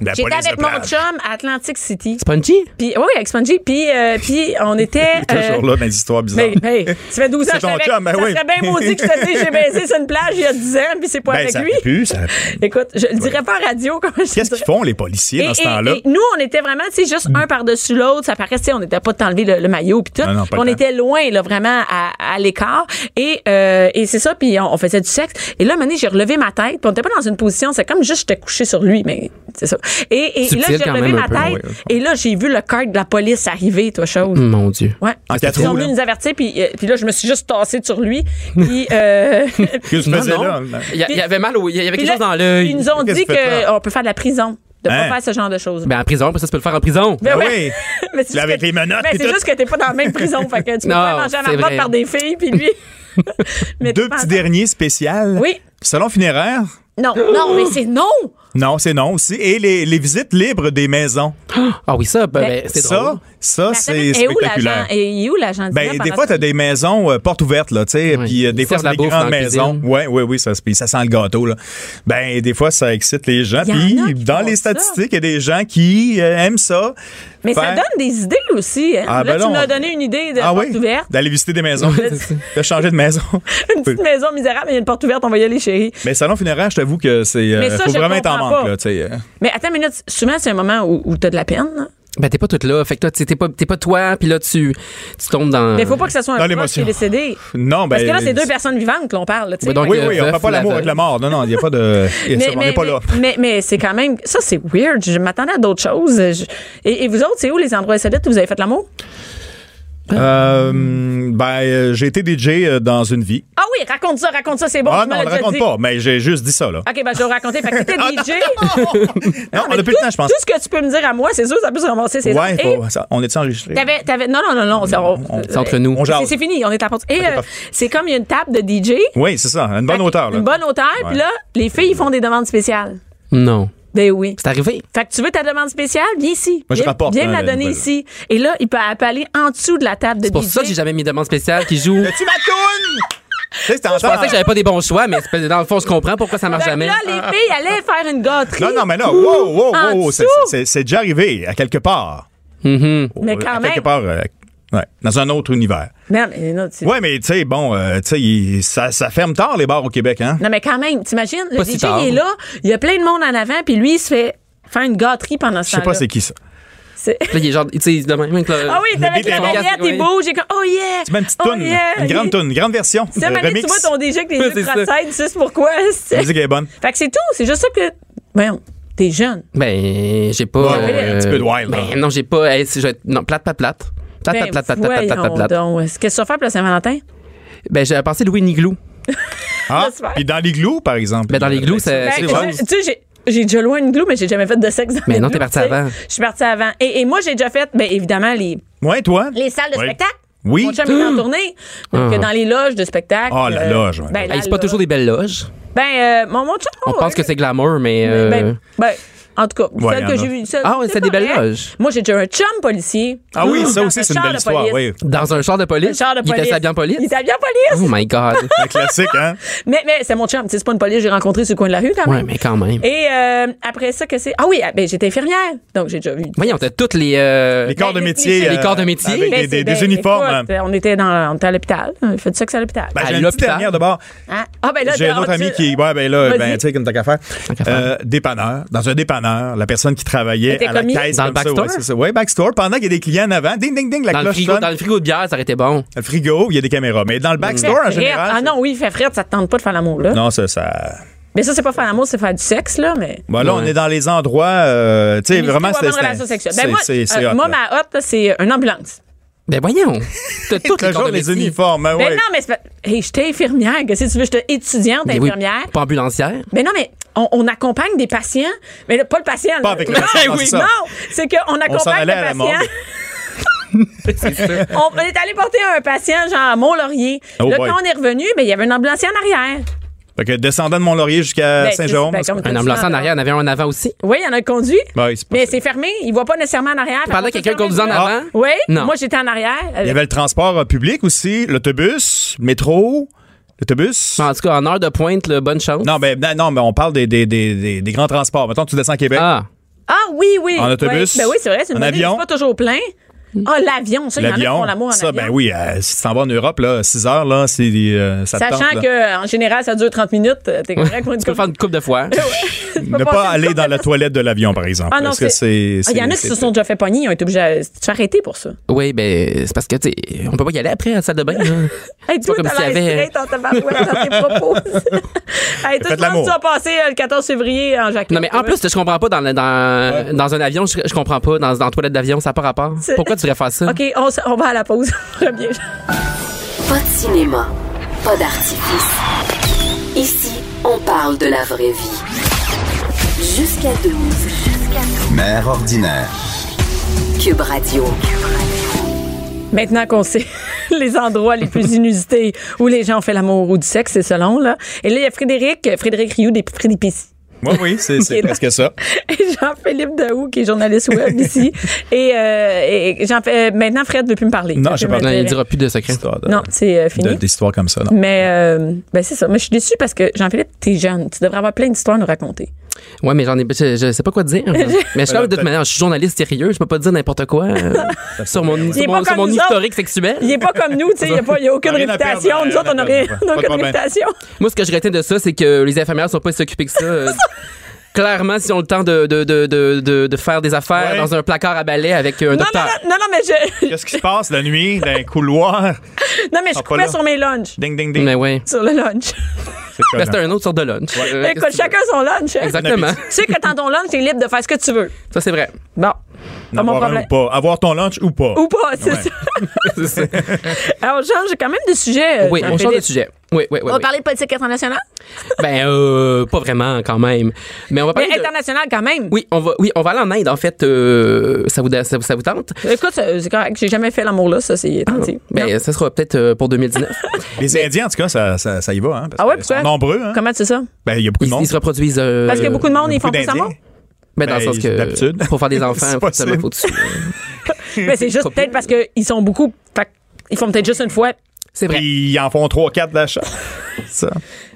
E: Ben,
C: J'étais
E: police de
C: avec mon
E: plage.
C: chum à Atlantic City.
F: Spongy?
C: Puis, oui, avec Spongy. Puis, euh, puis on était. euh,
E: Toujours là, dans des histoires bizarres.
C: Ben, ben, tu fais 12 ans
E: C'est
C: que je
E: ton
C: suis avec.
E: chum, ben
C: ça
E: oui.
C: serait bien maudit que je te dise j'ai baisé sur une plage il y a 10 ans, puis c'est pas
E: Ben,
C: avec
E: ça
C: lui.
E: pue, ça-
C: Écoute, je le dirais pas en radio comme je
E: Qu'est-ce qu'ils font, les policiers,
C: et,
E: dans ce
C: et-
E: temps-là? Mm.
C: et nous, on était vraiment, tu sais, juste un par-dessus l'autre. Ça paraissait, tu sais, on n'était pas de t'enlever le, le maillot puis tout.
E: Non, non, pas le
C: on
E: temps.
C: était loin, là, vraiment à, à l'écart. Et, euh, et c'est ça, puis on, on faisait du sexe. Et là, à un moment donné, j'ai relevé ma tête, puis on n'était pas dans une position, c'est comme juste j'étais couché sur lui, mais c'est ça. Et, et,
F: Subtil
C: là, j'ai
F: quand
C: relevé
F: même
C: ma
F: un peu,
C: tête,
E: ouais, Mm.
C: et là, j'ai vu le cart de la police arriver, toi, chose.
F: Mon Dieu.
C: Ouais.
E: En quatre
C: Ils sont
E: roues,
C: venus
E: là.
C: nous avertir, puis, euh, puis là, je me suis juste tassée sur lui. Puis, euh,
E: Qu'est-ce que tu faisais là?
F: Il y, a- il y avait mal au. Il y avait
C: puis
F: quelque
C: là,
F: chose dans l'œil.
C: Ils nous ont
E: Qu'est-ce
C: dit
E: que tu fais
C: qu'on peut faire de la prison, de
E: Hein?
C: pas faire ce genre de choses.
F: Ben en prison, après ça, tu peux le faire en prison.
C: Ben
E: Ah
C: ouais.
E: oui.
C: Mais c'est juste
E: Là, avec
C: que-
E: les menottes
C: Mais
E: puis
C: c'est
E: tout.
C: juste que t'es pas dans la même prison. fait que tu peux
F: Non,
C: pas manger à
F: c'est
C: la porte
F: vrai.
C: par des filles, puis lui. mais
E: Deux
C: tu penses-
E: petits derniers spéciales.
C: Oui.
E: Salon funéraire?
C: Non, non, mais c'est non.
E: Non, c'est non aussi. Et les, les visites libres des maisons.
F: Ah oui, ça, ben,
C: Ben,
F: ben, c'est drôle.
E: Ça, ça, c'est
C: Et où l'agent?
E: spectaculaire.
C: Et où l'agent?
E: Ben, des fois, tu as des maisons euh, portes ouvertes, là, tu sais,
F: Oui.
E: puis euh, des
F: Ils
E: fois,
F: servent
E: c'est
F: la
E: des
F: bouffe
E: grandes
F: dans la
E: maisons.
F: cuisine.
E: Oui, oui, oui, ça, se- puis ça sent le gâteau, là. Ben, des fois, ça excite les gens.
C: Il y en
E: Puis,
C: a qui
E: dans
C: font
E: les
C: ça.
E: statistiques, il y a des gens qui euh, aiment ça.
C: Mais ça
E: Faire-
C: donne des idées aussi. hein.
E: Ah,
C: Là,
E: ben
C: tu
E: non.
C: m'as donné une idée de
E: Ah
C: porte
E: oui?
C: ouverte.
E: D'aller visiter des maisons. de changer de maison.
C: Une petite maison misérable, mais il y a une porte ouverte, on va y aller, chérie.
E: Mais salon funéraire, je t'avoue que c'est. euh,
C: Mais ça,
E: faut
C: je
E: vraiment être en
C: comprends
E: manque,
C: pas.
E: là, tu sais. euh.
C: Mais attends une minute, souvent, c'est un moment où, où t'as de la peine. hein? là.
F: Ben t'es pas toute là. Fait que toi, t'es t'es pas, t'es pas toi, puis là, tu, tu tombes dans.
C: Mais faut pas que ça soit
E: Euh, Dans
C: un proche qui
E: l'émotion.
C: est décédé.
E: Non, ben.
C: Parce que là, c'est deux personnes vivantes qu'on parle. là, tu sais.
F: Oui, donc,
E: Oui,
F: Le
E: oui, on ne
F: veuf
E: parle pas
F: ou la
E: l'amour
F: veuve.
E: avec la mort. Non, non, il n'y a pas de. il y a ça, on n'est pas là.
C: mais- mais c'est quand même. Ça, c'est weird. Je m'attendais à d'autres choses. Je- et, et vous autres, c'est où les endroits insolites où vous avez fait l'amour?
E: Euh, ben, euh, j'ai été DJ euh, dans une vie.
C: Ah oui, raconte ça, raconte ça, c'est bon.
E: ah
C: tu me
E: non,
C: l'as
E: on ne
C: déjà
E: raconte
C: dit.
E: pas, mais j'ai juste dit ça, là.
C: OK, ben je vais vous raconter. Fait que t'étais DJ. Ah,
E: non, on n'a plus le temps, je pense.
C: Tout ce que tu peux me dire à moi, c'est sûr, ça peut se ramasser. C'est
E: Ouais,
C: ça. Et
E: faut- ça- on est enregistré.
C: t'avais, t'avais- Non, non, non, non. c'est- on-
F: C'est entre nous.
E: On jase.
C: C'est, c'est fini, on est à la porte. Et euh, c'est comme il y a une table de DJ.
E: Oui, c'est ça, une bonne
C: Fait que-
E: hauteur, là.
C: Une bonne hauteur.
E: Ouais.
C: Puis là, les filles font des demandes spéciales.
F: Non.
C: Ben oui.
F: C'est arrivé.
C: Fait que tu veux ta demande spéciale? Viens ici.
E: Moi, je
C: viens,
E: rapporte,
C: viens
E: hein,
C: me la
E: la
C: donner
E: nouvelle.
C: ici. Et là, il peut appeler en dessous de la table de
F: C'est pour ça que j'ai jamais mis demande spéciale qui joue.
E: Tu ma toune! Tu sais,
F: Je pensais que j'avais pas des bons choix, mais c'est pas- dans le fond, je comprends pourquoi ça marche
C: Fait que
F: jamais.
C: Ben
F: Ah.
C: là, les filles allaient faire une gâterie.
E: Non, non, mais non. Wow, wow,
C: En
E: wow. c'est-
C: dessous.
E: c'est- C'est déjà arrivé, à quelque part.
F: Mm-hmm.
C: Mais quand
E: à
C: même.
E: quelque part, euh, ouais, dans un autre univers.
C: Non, mais non, tu-
E: Ouais, mais tu sais, bon, euh, tu sais, il- ça, ça ferme tard les bars au Québec, hein?
C: Non, mais quand même, t'imagines, le
F: Pas
C: DJ
F: si tard.
C: il est là, il y a plein de monde en avant, puis lui, il se fait faire une gâterie pendant
E: Je
C: ce
E: sais
C: temps-là.
E: pas c'est qui ça.
C: C'est-
F: Là, il est genre, tu sais, de même avec le-
C: Ah oui, t'es avec
E: beat
C: la
E: est bon.
C: baguette, il
F: Oui.
C: bouge, j'ai comme, oh yeah!
E: C'est même une petite
C: oh
E: toune,
C: yeah!
E: une grande toune, une grande version.
C: Tu sais,
E: euh,
C: Mané, tu
E: remix.
C: vois ton DJ avec les yeux
F: C'est ça.
C: procèdent, tu sais c'est pourquoi. c'est-
E: La musique est bonne.
C: Fait que c'est tout, c'est juste ça que. Voyons, t'es jeune.
F: Ben, j'ai pas.
E: Ouais, ouais, un petit peu de wild, hein. là.
F: Ben, non, j'ai pas. hey, si je vais être- non, plate, pas plate. Plate,
C: Ben,
F: plate, plate, plate, plate, plate,
C: voyons
F: plate, plate.
C: donc. Qu'est-ce que tu vas faire pour le
E: Euh,
C: Saint-Valentin?
F: Ben, j'ai pensé Louis Niglou.
E: Ah,
C: J'espère.
E: puis dans l'igloo, par exemple.
F: Ben, dans l'igloo, c'est.
C: Ben,
F: c'est-
C: je- tu sais, j'ai. J'ai déjà loin une glou, mais j'ai jamais fait de sexe. dans
F: Mais
C: une
F: non,
C: glou,
F: t'es partie
C: tu sais.
F: avant.
C: Je suis partie avant. Et, et moi, j'ai déjà fait, bien évidemment, les,
E: Ouais, toi?
C: les salles de
E: Oui.
C: spectacle.
E: Oui.
C: Mon chum est en tournée. Donc,
F: Ah.
C: dans les loges de spectacle.
E: Ah, la loge, ouais.
C: Ben, la
F: Hey, c'est pas
C: loge.
F: toujours des belles loges.
C: Ben, euh, mon, mon chum.
F: On pense que c'est glamour, mais.
C: Ben,
F: euh,
C: ben, ben, en tout cas,
E: Ouais,
C: celle
E: y
C: que
E: en
C: j'ai
E: a.
C: vue. celle-
F: Ah ouais, c'est des
C: correct.
F: belles loges.
C: Moi, j'ai déjà un chum policier.
E: Ah oui, ça
C: Dans
E: aussi,
C: un
E: c'est une
C: char
E: belle
C: de
E: histoire,
C: police.
E: oui.
F: Dans un char de
C: Un
F: police.
C: char de police.
F: Il était habillé en police.
C: Il était habillé en
F: Oh
C: police.
F: my God.
E: Un classique, hein?
C: Mais, mais c'est mon chum. Tu sais, C'est pas une police que j'ai rencontrée sur le coin de la rue, quand
F: ouais,
C: même.
F: mais quand même.
C: Et euh, après ça, que c'est. Ah oui, ah, ben, j'étais infirmière. Donc, j'ai déjà vu.
F: Voyons, t'as toutes les. euh,
E: Les corps de
C: les-
E: métier.
F: les corps de métier.
E: Avec
C: Ben,
E: des,
C: c'est-
E: des- des
C: ben,
E: uniformes. hein.
C: écoute, on était dans, on était à l'hôpital. hein. On fait du sexe à l'hôpital.
E: Ben,
F: à
E: j'ai une petite
F: l'hôpital.
E: dernière d'abord.
C: Hein? Ah, ben là,
E: J'ai un
C: t'as-
E: autre
C: tu-
E: ami qui. Ouais, ben là,
C: Vas-y.
E: ben, tu sais, comme t'as qu'à faire. Euh, dépanneur. Dans un dépanneur, la personne qui travaillait
C: Était
E: à la
C: commis?
E: caisse.
F: Dans
E: comme
F: le
E: ça,
F: backstore?
E: ouais, c'est ça. Ouais, backstore. Pendant qu'il y a des clients en avant, ding, ding, ding, la
F: Dans le,
E: cloche
F: frigo,
E: sonne.
F: dans le frigo de bière, ça aurait été bon.
E: Le frigo, il y a des caméras. Mais dans le
C: Fait
E: backstore, en
C: frette.
E: général.
C: Ah non, oui, il fait frette, ça te tente pas de faire l'amour, là.
E: Non, ça, ça.
C: Mais ça, c'est pas faire l'amour, c'est faire du sexe, là, mais.
E: Bon, Bah, là, on est dans les endroits. euh, tu sais,
C: Mais
E: vraiment,
C: c'est
E: c'est.
C: pas une hein. relation sexuelle. Ben,
E: c'est-
C: moi,
E: c'est- c'est
C: euh,
E: hot,
C: moi,
E: là.
C: ma hotte, là, c'est euh, une ambulance.
F: Ben voyons. T'as toutes les
E: Toujours
F: corps de
E: les
F: métier.
E: uniformes, hein,
C: Ben
E: ouais.
C: non, mais c'est pas- hey, j'étais infirmière. Qu'est-ce que tu veux? J'étais étudiante
F: Ben oui,
C: infirmière.
F: Pas ambulancière.
C: Mais non, mais on, on accompagne des patients. Mais là, pas le patient. là.
E: avec le patient,
C: Non,
E: non, c'est ça.
C: non, c'est qu'on
E: On s'en
C: accompagne
E: allait à
C: le
E: la mort.
C: patient. on, on est allé porter un patient, genre à Mont-Laurier.
E: Oh
C: là,
E: boy.
C: quand on est revenu, ben, il y avait un ambulancier en arrière.
E: Fait que descendant de Mont-Laurier jusqu'à
C: Ben,
E: Saint-Jérôme.
C: c'est- ben, comme
F: Un
C: tout
F: ambulancier
C: ça,
F: en arrière, il y en avait un en avant aussi.
C: Oui, il y en a un conduit.
E: Ouais, c'est pas
C: mais
E: ça.
C: c'est fermé. Il voit pas nécessairement en arrière.
F: Tu parlais à quelqu'un
C: conduisait
F: conduisant en avant?
C: Ah, Oui.
F: Non.
C: Moi, j'étais en arrière.
E: Il y avait le transport euh, public aussi, l'autobus, le métro, l'autobus.
C: Ah.
F: En tout cas, en heure de pointe, là, bonne chance.
E: Non, ben, non, non, mais on parle des, des, des, des, des grands transports. Mettons, tu descends à Québec.
F: Ah.
C: Ah oui, oui.
E: En autobus,
C: Ouais. Ben oui, c'est vrai, c'est une
E: en
C: bonne idée,
E: avion.
C: C'est pas toujours plein. Ah, l'avion, ça, il y en a qui font l'amour
E: L'avion.
C: en
E: Ça,
C: avion.
E: ben oui, euh, si tu t'en vas en Europe, là, 6 heures, là, c'est, euh, ça te
C: Sachant
E: tente, là.
C: qu'en général, ça dure 30 minutes, euh, t'es correct pour une
F: Tu peux
C: couple-
F: faire une coupe de fois.
C: tu peux passer
E: Ne pas
C: une
E: aller
C: couple
E: dans
C: de-
E: la toilette de l'avion, par exemple.
C: Ah non,
E: parce que c'est.
C: c'est. Ah, Il y en a
E: c'est-
C: qui se sont déjà fait pogner, ils ont été obligés à se faire arrêter pour ça.
F: Oui, ben, c'est parce que, tu sais, on peut pas y aller après à la salle de bain. là.
C: Hey,
F: C'est pas
C: toi,
F: comme
C: t'as
F: s'il y
C: l'air
F: avait- euh,
C: straight en tabarouette dans tes propos. hey, toi,
E: Faites
C: je pense que
E: l'amour.
C: tu as passé euh, le 14 février en jaquette.
F: Non, mais en plus, je comprends pas dans, le- dans, dans un avion, je, je comprends pas. Dans, dans la toilette d'avion, ça n'a pas rapport.
C: C'est-
F: Pourquoi tu devrais faire
E: Ah.
F: ça?
C: OK, on, s- on va à la pause. On revient.
A: Pas de cinéma, pas d'artifice. Ici, on parle de la vraie vie. Jusqu'à 12.
B: Mère ordinaire.
A: Cube Radio.
C: Maintenant qu'on sait les endroits les plus inusités où les gens ont fait l'amour ou du sexe, c'est selon, là. Et là, il y a Frédéric, euh, Frédéric Rioux des Frédépici.
E: Oui, oui, c'est, c'est
C: Ok, là.
E: presque ça.
C: Et Jean-Philippe Daou, qui est journaliste web ici. Et, euh, et Jean- euh, maintenant, Fred ne veut plus me parler.
E: Non,
C: Ça
E: je sais
C: peut
E: pas.
F: Non, il
C: m'intéresser.
F: dira plus de secret.
E: Histoire de-
C: Non, c'est euh, fini.
E: de- d'histoires comme ça, non?
C: Mais euh, ben c'est ça. Mais je suis déçue parce que Jean-Philippe, t'es jeune. Tu devrais avoir plein d'histoires à nous raconter.
F: Ouais, mais j'en ai. Je, je sais pas quoi dire. mais je suis là, de toute manière, je suis journaliste sérieux, je peux pas dire n'importe quoi euh, sur mon, sur
C: est
F: mon,
C: pas
F: sur mon
C: comme nous
F: historique sexuel.
C: Il est pas comme nous, tu sais. Il n'y a, pas- il y a aucune
E: Rien à perdre,
C: réputation.
E: rien
C: nous autres,
E: à
C: on n'a rien-
E: perdre.
C: on n'a
E: Pas de
C: aucune
E: problème.
C: réputation.
F: Moi, ce que je retiens de ça, c'est que les infirmières sont pas s'occuper que ça. euh, Clairement, si on le temps de, de, de, de, de, de faire des affaires
E: Ouais.
F: dans un placard à balai avec euh, un
C: Non, non,
F: docteur.
C: non, non, non, mais je,
E: Qu'est-ce qui se passe la nuit dans un couloir?
C: non, mais je
E: Ah, pas
C: coupais
E: là.
C: sur mes lunchs.
E: Ding, ding, ding.
F: Mais ouais.
C: Sur le lunch.
E: C'est collant.
F: Ben, c'est un autre sorte de lunch. Euh, qu'est-ce que
C: Écoute,
F: tu
C: chacun son lunch. hein.
F: veux? Exactement.
C: Tu sais que dans ton lunch, t'es libre de faire ce que tu veux.
F: Ça, c'est vrai.
C: Bon. Pas mon
E: Avoir un
C: problème.
E: ou pas. Avoir ton lunch ou pas.
C: Ou pas, c'est ça.
F: C'est ça.
C: Alors, Jean, j'ai quand même des sujets. euh,
F: Oui, on change de
C: Jean-Philippe.
F: sujet. Oui, oui, oui.
C: On va
F: oui.
C: parler de politique internationale?
F: Ben, euh, pas vraiment, quand même. Mais on va
C: Mais
F: parler. de-
C: internationale quand même.
F: Oui, on va, oui, on va aller en Inde, en fait. euh, ça, vous, ça, vous- ça vous tente?
C: Écoute, euh, c'est c'est correct. J'ai jamais fait l'amour là, ça, c'est tenté.
F: Ben,
C: Non.
F: ça sera peut-être euh, pour 2019.
E: Les Indiens, en tout cas, ça, ça, ça y va. Hein, parce
C: Ah ouais,
E: qu'ils
C: pourquoi?
E: sont nombreux. Hein.
C: Comment c'est ça?
E: Ben, il y a beaucoup
F: ils,
E: de monde.
F: ils se reproduisent. euh,
C: Parce qu'il y a beaucoup de monde, ils font
E: Beaucoup
C: plus
E: d'Indiens.
C: d'amour.
F: Mais
E: Ben,
F: dans le sens
E: d'habitude.
F: que. Pour faire des enfants,
E: C'est
F: faut- seulement,
E: possible.
F: faut tu-
C: Mais Ben, c'est juste
F: Trop
C: peut-être parce qu'ils sont beaucoup. Fait qu'ils font peut-être juste une fois.
F: C'est vrai.
E: Puis ils en font 3-4 d'achat. ça.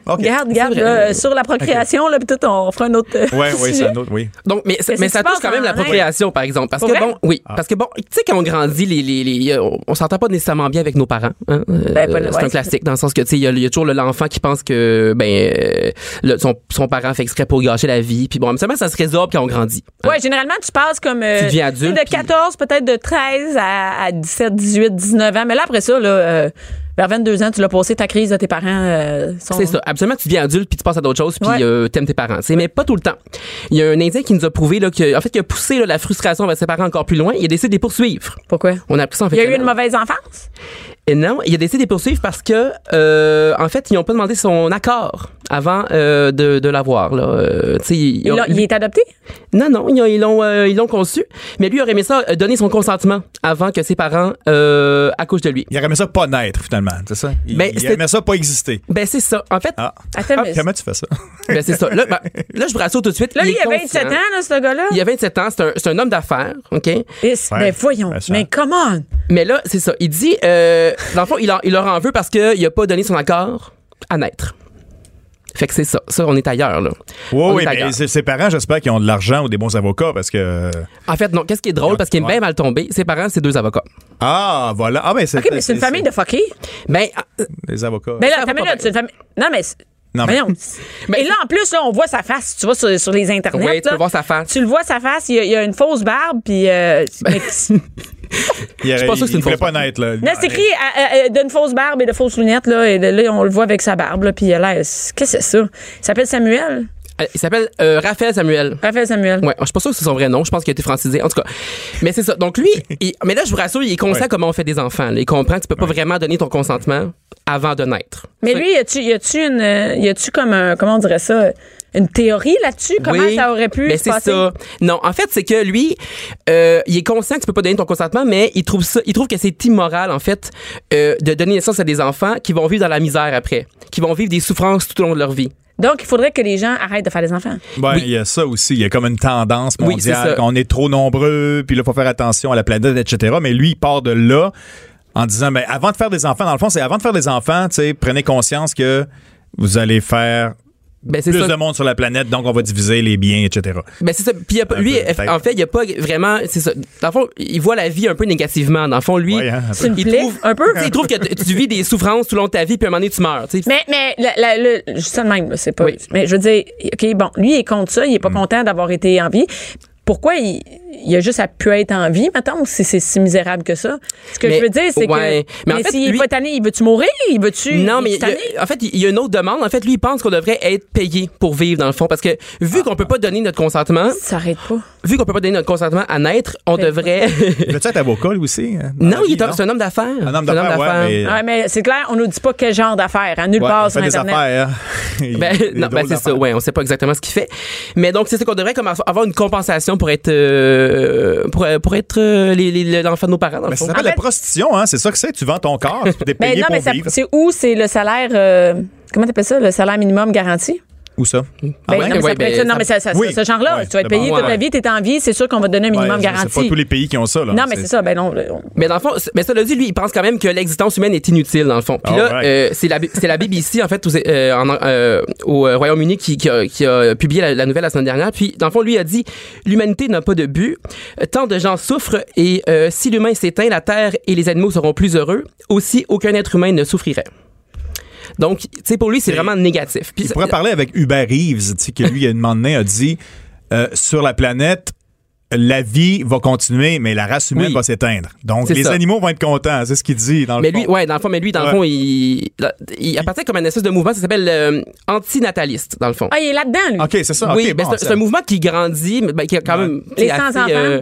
E: OK.
C: Regarde, regarde,
F: vrai.
C: là, euh, sur la procréation, là, peut-être on fera un autre. euh,
E: Ouais, ouais,
C: sujet.
E: c'est un autre, oui.
F: Donc, mais,
C: Mais
F: ça- mais
C: c'est
F: ça
C: super
F: touche quand même
C: sans
F: l'appropriation, par exemple. Parce
C: Pour
F: que
C: vrai? Ah.
F: bon, oui. Parce que bon, tu sais, quand on grandit, les, les, les- euh, on, on s'entend pas nécessairement bien avec nos parents. hein. Euh,
C: Ben, pas le-
F: c'est
C: ouais.
F: un classique, dans le sens que, tu sais, il y, a- il y a toujours le- l'enfant qui pense que, ben, euh, le- son, son parent fait exprès pour gâcher la vie. Puis bon, mais seulement, ça se résorbe quand on grandit. hein.
C: Ouais, généralement, tu passes comme. euh,
F: Tu deviens adulte,
C: De
F: puis-
C: 14, peut-être de 13 à, à 17, 18, 19 ans. Mais là, après ça, là, euh, vers 22 ans, tu l'as passé ta crise de tes parents. euh, sont-
F: C'est ça. Absolument, tu deviens adulte puis tu passes à d'autres choses puis
C: Ouais.
F: euh, t'aimes tes parents. tu sais, Mais pas tout le temps. Il y a un Indien qui nous a prouvé, là, que, en fait, qui a poussé là, la frustration vers ses parents encore plus loin. Il a décidé de les poursuivre.
C: Pourquoi?
F: On a appris ça en fait.
C: Il y a eu
F: là-
C: une mauvaise enfance?
F: Et non, il a décidé de les poursuivre parce que, euh, en fait, ils n'ont pas demandé son accord avant euh, de, de l'avoir. Là. Euh, tu sais, ils
C: Il,
F: ont-
C: l'a- il est adopté?
F: Non, non, ils ont- ils l'ont euh, ils l'ont conçu, mais lui aurait aimé ça euh, donner son consentement avant que ses parents euh, accouchent de lui.
E: Il aurait aimé ça pas naître, finalement. C'est ça? Il,
F: Ben,
E: il
F: c'était-
E: aimait ça pas exister.
F: Ben c'est ça. En fait,
E: Ah.
C: Attends,
E: Ah,
C: mais-
E: comment tu fais ça?
F: ben, c'est ça. Là, ben, là, je vous rassure tout de suite.
C: Là, lui,
F: est
C: il a 27 ans,
F: conscient.
C: là, ce gars-là.
F: Il a 27 ans, c'est un, c'est un homme d'affaires, OK?
C: Is-
E: Ouais.
C: Mais voyons.
E: Ben, ça-
C: Mais comment?
F: Mais là, c'est ça. Il dit, euh, dans le fond, il, en- il leur en veut parce qu'il n'a pas donné son accord à naître. Fait que c'est ça. Ça, on est ailleurs, là.
E: Oui,
F: On
E: oui,
F: est
E: mais
F: ailleurs.
E: ses ses parents, j'espère qu'ils ont de l'argent ou des bons avocats parce que. euh,
F: En fait, non. Qu'est-ce qui est drôle, parce qu'il est bien mal tombé, ses parents, c'est deux avocats.
E: Ah, voilà. Ah, ben, c'est.
C: OK, mais c'est une famille de fuckers.
F: Ben, euh,
E: Des avocats.
C: Mais là,
F: Ça
C: attends,
F: va
C: mais
F: pas
C: là,
F: bien.
C: c'est une famille. Non, mais. c'est-
E: Non, mais-
C: Voyons.
F: Mais-
C: Et là, en plus, là, on voit sa face. Tu vois sur, sur les internets.
F: Ouais, tu peux
C: là,
F: voir sa face. Ben
C: Tu le vois, sa face. Il y a, il y a une fausse barbe. Puis. euh, mais-
E: Il aurait-
F: suis pas sûr que c'est
E: il
F: une
E: voulait
F: fausse
E: pas naître, là.
F: Ah,
C: Là,
F: ben.
C: c'est écrit euh, euh, d'une fausse barbe et de fausses lunettes. Là, et là, on le voit avec sa barbe. Là, puis il a l'air. Qu'est-ce que c'est ça? Il s'appelle Samuel.
F: il s'appelle euh, Raphaël Samuel.
C: Raphaël Samuel.
F: Ouais, je suis pas sûr que c'est son vrai nom. Je pense qu'il a été francisé. En tout cas, mais c'est ça. Donc lui, il- mais là, je vous rassure, il est conscient
E: Ouais.
F: comment on fait des enfants. là. Il comprend que tu peux pas vraiment donner ton consentement avant de naître.
C: Mais
F: Ça-
C: lui, y a-tu- y a-tu une. euh, Y a-tu comme un. Comment on dirait ça? Une théorie là-dessus? Comment
F: Oui,
C: ça aurait pu
F: mais
C: se
F: c'est
C: passer?
F: ça. Non, en fait, c'est que lui, euh, il est conscient que tu peux pas donner ton consentement, mais il trouve ça, il trouve que c'est immoral en fait euh, de donner naissance à des enfants qui vont vivre dans la misère après, qui vont vivre des souffrances tout au long de leur vie.
C: Donc, il faudrait que les gens arrêtent de faire des enfants.
E: Ben,
F: Oui.
E: il y a ça aussi. Il y a comme une tendance
F: Oui, c'est
E: mondiale.
F: ça.
E: qu'on est trop nombreux, puis là, il faut faire attention à la planète, etc. Mais lui, il part de là en disant, mais avant de faire des enfants, dans le fond, c'est avant de faire des enfants, tu sais, prenez conscience que vous allez faire
F: Ben c'est
E: plus
F: ça.
E: de monde sur la planète, donc on va diviser les biens, etc.
F: Ben c'est ça. Puis il y a pas-
E: Un
F: lui,
E: peu, peut-être.
F: en fait, il y a pas vraiment. C'est ça. Dans le fond, il voit la vie un peu négativement. Dans le fond, lui,
E: Ouais, hein, un peu.
C: C'est une
F: il
C: plaie,
F: trouve
C: un peu.
F: tu sais, Il trouve que t- tu vis des souffrances tout au long de ta vie, puis à un moment donné, tu meurs. tu sais.
C: Mais, mais, la, la- le- je dis ça de même, là, c'est pas.
F: Oui. Mm.
C: Mais je veux dire, OK, bon, lui, il est contre ça, il est pas content d'avoir été en vie. Pourquoi il, il a juste à pu être en vie, mettons, si c'est si misérable que ça? Ce que
F: Mais-
C: je veux dire, c'est
F: ouais.
C: que.
F: Mais en
C: Mais
F: fait,
C: s'il
F: lui-
C: est pas tanné, il veut-tu mourir? Il veut-tu.
F: Non,
C: il
F: mais
C: est-tu
F: il y a-
C: tanné?
F: en fait, il y a une autre demande. En fait, lui, il pense qu'on devrait être payé pour vivre, dans le fond. Parce que vu qu'on peut pas donner notre consentement,
C: Ça arrête pas.
F: vu qu'on peut pas donner notre consentement à naître, on
C: Ben,
F: devrait.
E: Peut-être être avocat, lui aussi? hein, dans
F: non,
E: la
F: il
E: vie,
F: est un- c'est un homme d'affaires. C'est
E: Un homme d'affaires, ouais, mais-
C: Ouais, mais c'est clair, on nous dit pas quel genre d'affaires, à nulle
E: Ouais,
C: part
E: il fait
C: sur
E: des
C: Internet.
E: affaires. hein. Il-
F: Ben,
E: il est
F: non, ben,
E: drôle
F: c'est ça,
E: d'affaires.
F: ouais, on sait pas exactement ce qu'il fait. Mais donc, c'est ça qu'on devrait comme avoir une compensation pour être, euh, pour, pour être euh, les- les- l'enfant de nos parents, dans le
E: Mais Ben, ça
F: fond.
E: s'appelle
C: En
E: la
C: fait-
E: prostitution, hein? C'est ça que c'est. Tu vends ton corps, tu
C: Ben
E: es payé
C: non, mais
E: pour
C: ça-
E: vivre.
C: c'est où? C'est le salaire. euh, comment t'appelles ça? Le salaire minimum garanti?
E: Où ça?
C: Ben,
E: Ah ouais?
C: non, mais ça
F: ouais,
C: peut être
F: ben,
C: ça. Non,
F: ça-
C: mais ça- ça-
E: Oui.
C: ce genre-là,
E: Ouais,
C: tu vas être payé
F: d'abord,
C: toute
F: ouais.
C: la vie, t'es en vie, c'est sûr qu'on va te donner un minimum
E: Ouais,
C: garanti.
E: C'est pas tous les pays qui ont ça, là.
C: Non, mais c'est ça. Ben non. le-
F: Mais dans le fond, c- mais ça le dit, lui, il pense quand même que l'existence humaine est inutile, dans le fond. Puis
E: All
F: là,
E: right.
F: euh, c'est la, B- c'est la BBC, en fait, aux- euh, en- euh, au euh, Royaume-Uni qui, qui a, qui a publié la, la nouvelle la semaine dernière. Puis, dans le fond, lui a dit l'humanité n'a pas de but. Tant de gens souffrent et euh, si l'humain s'éteint, la Terre et les animaux seront plus heureux. Aussi, aucun être humain ne souffrirait. Donc, tu sais, pour lui, c'est vraiment négatif. Puis,
E: Il pourrait parler avec Hubert Reeves, tu sais, qui lui, il y a une moment donné, a dit euh, Sur la planète, la vie va continuer, mais la race humaine
F: Oui.
E: va s'éteindre. Donc,
F: C'est
E: les
F: ça.
E: animaux vont être contents. C'est ce qu'il dit dans le
F: mais lui,
E: fond.
F: ouais, dans le fond, mais lui, dans
E: Ouais.
F: le fond, il, il appartient comme un espèce de mouvement, ça s'appelle euh, antinataliste, dans le fond.
C: Ah, il est là-dedans, lui.
E: OK, c'est ça.
F: oui,
E: OK,
F: ben,
E: bon,
F: c'est-
E: ça-
F: c'est un mouvement qui grandit, mais ben, qui a quand même tu sais,
C: Les sans-enfants?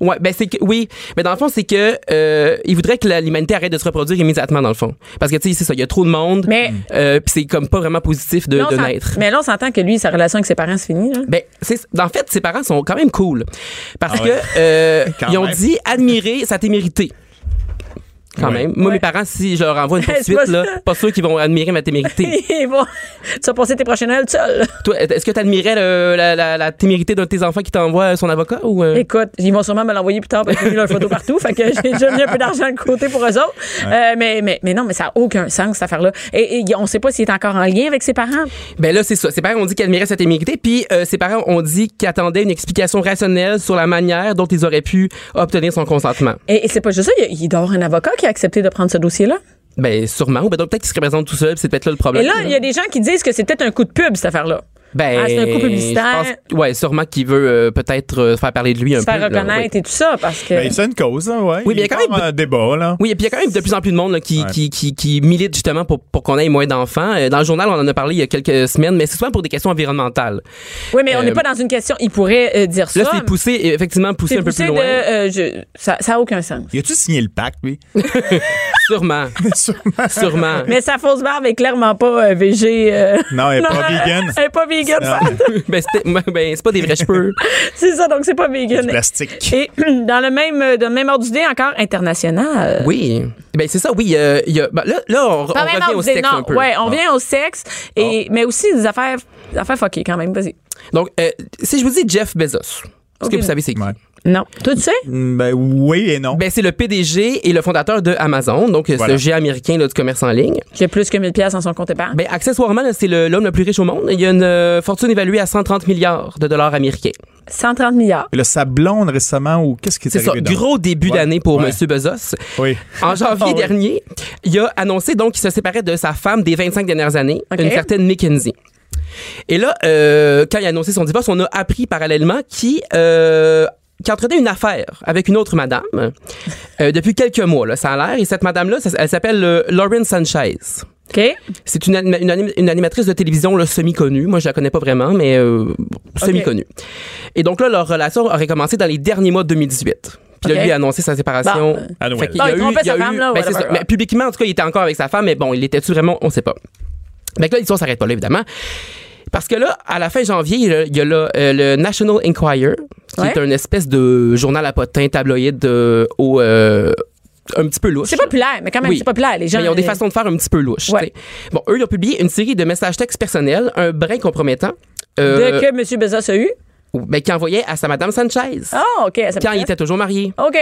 F: ouais, ben c'est que oui, mais dans le fond c'est que euh, il voudrait que la- l'humanité arrête de se reproduire immédiatement dans le fond, parce que tu sais c'est ça, il y a trop de monde,
C: Mais-
F: euh, puis c'est comme pas vraiment positif de,
C: Là, on
F: de
C: s'en-
F: naître.
C: Mais là, on s'entend que lui, sa relation avec ses parents, c'est fini. Là.
F: Ben, c'est, en fait, ses parents sont quand même cool. Parce
E: Ah ouais.
F: que, euh,
E: Quand
F: ils ont
E: même.
F: dit admirer sa témérité. quand
E: Ouais.
F: même. Moi,
C: Ouais.
F: mes parents, si je leur envoie une
C: C'est
F: poursuite,
C: pas
F: là,
C: ça.
F: pas sûr qu'ils vont admirer ma témérité.
C: Et bon, tu vas passer tes prochaines Noëls tout seul.
F: Toi, est-ce que tu admirais la, la- la témérité d'un de tes enfants qui t'envoie son avocat ou. euh?
C: Écoute, ils vont sûrement me l'envoyer plus tard parce que j'ai mis leur photo partout. Fait que j'ai déjà mis un peu d'argent de côté pour eux autres. Euh, mais, mais, mais non, mais ça n'a aucun sens, cette affaire-là. Et, et on ne sait pas s'il est encore en lien avec ses parents.
F: Ben là, c'est ça. Ses parents ont dit qu'ils admiraient sa témérité, puis euh, ses parents ont dit qu'ils attendaient une explication rationnelle sur la manière dont ils auraient pu obtenir son consentement.
C: Et, et c'est pas juste ça, il, y a- il doit y avoir un avocat qui a accepté de prendre ce dossier-là.
F: Ben sûrement. Ou ben donc peut-être qu'il se représente tout seul, puis c'est peut-être là le
C: Et
F: problème.
C: là, il y a des gens qui disent que c'est peut-être un coup de pub, cette affaire-là.
F: ben,
C: Ah, c'est un coup publicitaire.
F: je pense- ouais, sûrement qu'il veut euh, peut-être euh, faire parler de lui un
C: Se
F: peu.
C: faire
F: là,
C: reconnaître
F: oui.
C: et tout ça, parce que...
E: Ben, c'est une cause, là, ouais.
F: Oui, mais il y a
E: est
F: quand même
E: fort,
F: de-
E: euh, débat, là.
F: Oui, et puis il y a quand même de plus en plus de monde là, qui,
E: Ouais.
F: qui, qui, qui milite justement pour, pour qu'on ait moins d'enfants. Euh, Dans le journal, on en a parlé il y a quelques semaines, mais c'est souvent pour des questions environnementales.
C: oui, mais on
F: euh,
C: n'est pas dans une question... Il pourrait euh, dire
F: Là,
C: ça.
F: c'est poussé, effectivement, poussé
C: C'est
F: un peu
C: poussé
F: plus loin.
C: de, euh, je- ça n'a aucun sens.
E: Y a-tu signé le pacte, lui?
F: Sûrement,
E: Sûrement.
F: sûrement.
C: Mais sa fausse barbe est clairement pas euh, végé. euh,
E: Non, elle est pas vegan.
C: Elle est pas vegan,
E: Non.
C: ça.
F: ben, c'était- ben, c'est pas des vrais cheveux.
C: C'est ça, donc c'est pas
E: Du
C: vegan.
E: plastique.
C: Et dans le même, euh, dans le même ordre d'idée, encore international.
F: Oui. Ben, c'est ça, oui. euh, il y a- ben, là, là, on, on
C: Pas même
F: revient
C: ordre
F: au
C: d'idée,
F: sexe
C: non.
F: un peu. Ah.
C: Ouais, on revient au sexe, et, mais aussi des affaires, des affaires fuckées quand même. Vas-y.
F: Donc, euh, si je vous dis Jeff Bezos, est-ce que
C: Ok.
F: vous savez c'est qui?
E: Ouais.
C: Non. Toi, tu sais?
E: Mm, Ben oui et non.
F: Ben, c'est le PDG et le fondateur de Amazon, donc euh,
E: Voilà.
F: ce géant américain là, du commerce en ligne.
C: J'ai plus que 1000 pièces dans son compte épargne.
F: Ben, accessoirement, là, c'est le- l'homme le, plus riche au monde. Il y a une euh, fortune évaluée à 130 milliards de dollars américains.
C: 130 milliards.
E: Le sablon récemment, ou qu'est-ce qui est,
F: C'est ça,
E: arrivé donc?
F: gros début
E: Ouais.
F: d'année pour
E: Ouais.
F: Monsieur Bezos.
E: Oui.
F: En janvier
E: Ah oui.
F: dernier, il a annoncé donc qu'il se séparait de sa femme des 25 dernières années,
C: Ok.
F: une certaine Mackenzie. Et là, euh, quand il a annoncé son divorce, on a appris parallèlement qu'il euh, qu'il entretenait une affaire avec une autre madame euh, depuis quelques mois, là, ça a l'air. Et cette madame-là, ça- elle s'appelle euh, Lauren Sanchez.
C: OK?
F: C'est une, anima- une anim- une animatrice de télévision là, semi-connue. Moi, je la connais pas vraiment, mais euh, semi-connue. Et donc là, leur relation aurait commencé dans les derniers mois de 2018. Puis là,
C: Ok.
F: lui a annoncé sa séparation.
C: Bon.
E: À Noël.
F: Fait qu'il
C: Bon,
F: y a
C: il
F: eu-
C: trompait
F: il y a
C: sa
F: eu-
C: femme, là,
F: ben, c'est
C: whatever.
F: ça. Mais publiquement, en tout cas, il était encore avec sa femme, mais bon, il était-tu vraiment, on sait pas. Fait que là, l'histoire s'arrête pas là, évidemment. Parce que là, à la fin janvier, il y a- il y a là, euh, le National Enquirer, qui
C: Ouais.
F: est une espèce de journal à potins tabloïd euh, au, euh, un petit peu louche.
C: C'est populaire, mais quand même,
F: Oui.
C: c'est populaire. Les gens.
F: Mais ils ont des
C: euh,
F: façons de faire un petit peu louches.
C: Ouais.
F: tu sais. Bon, eux, ils ont publié une série de messages textes personnels, un brin compromettant,
C: De
F: euh,
C: que M. Bezos a eu.
F: ben, qu'il envoyait à sa madame Sanchez
C: Ah, OK. elle s'appelle
F: quand il était toujours marié.
C: OK.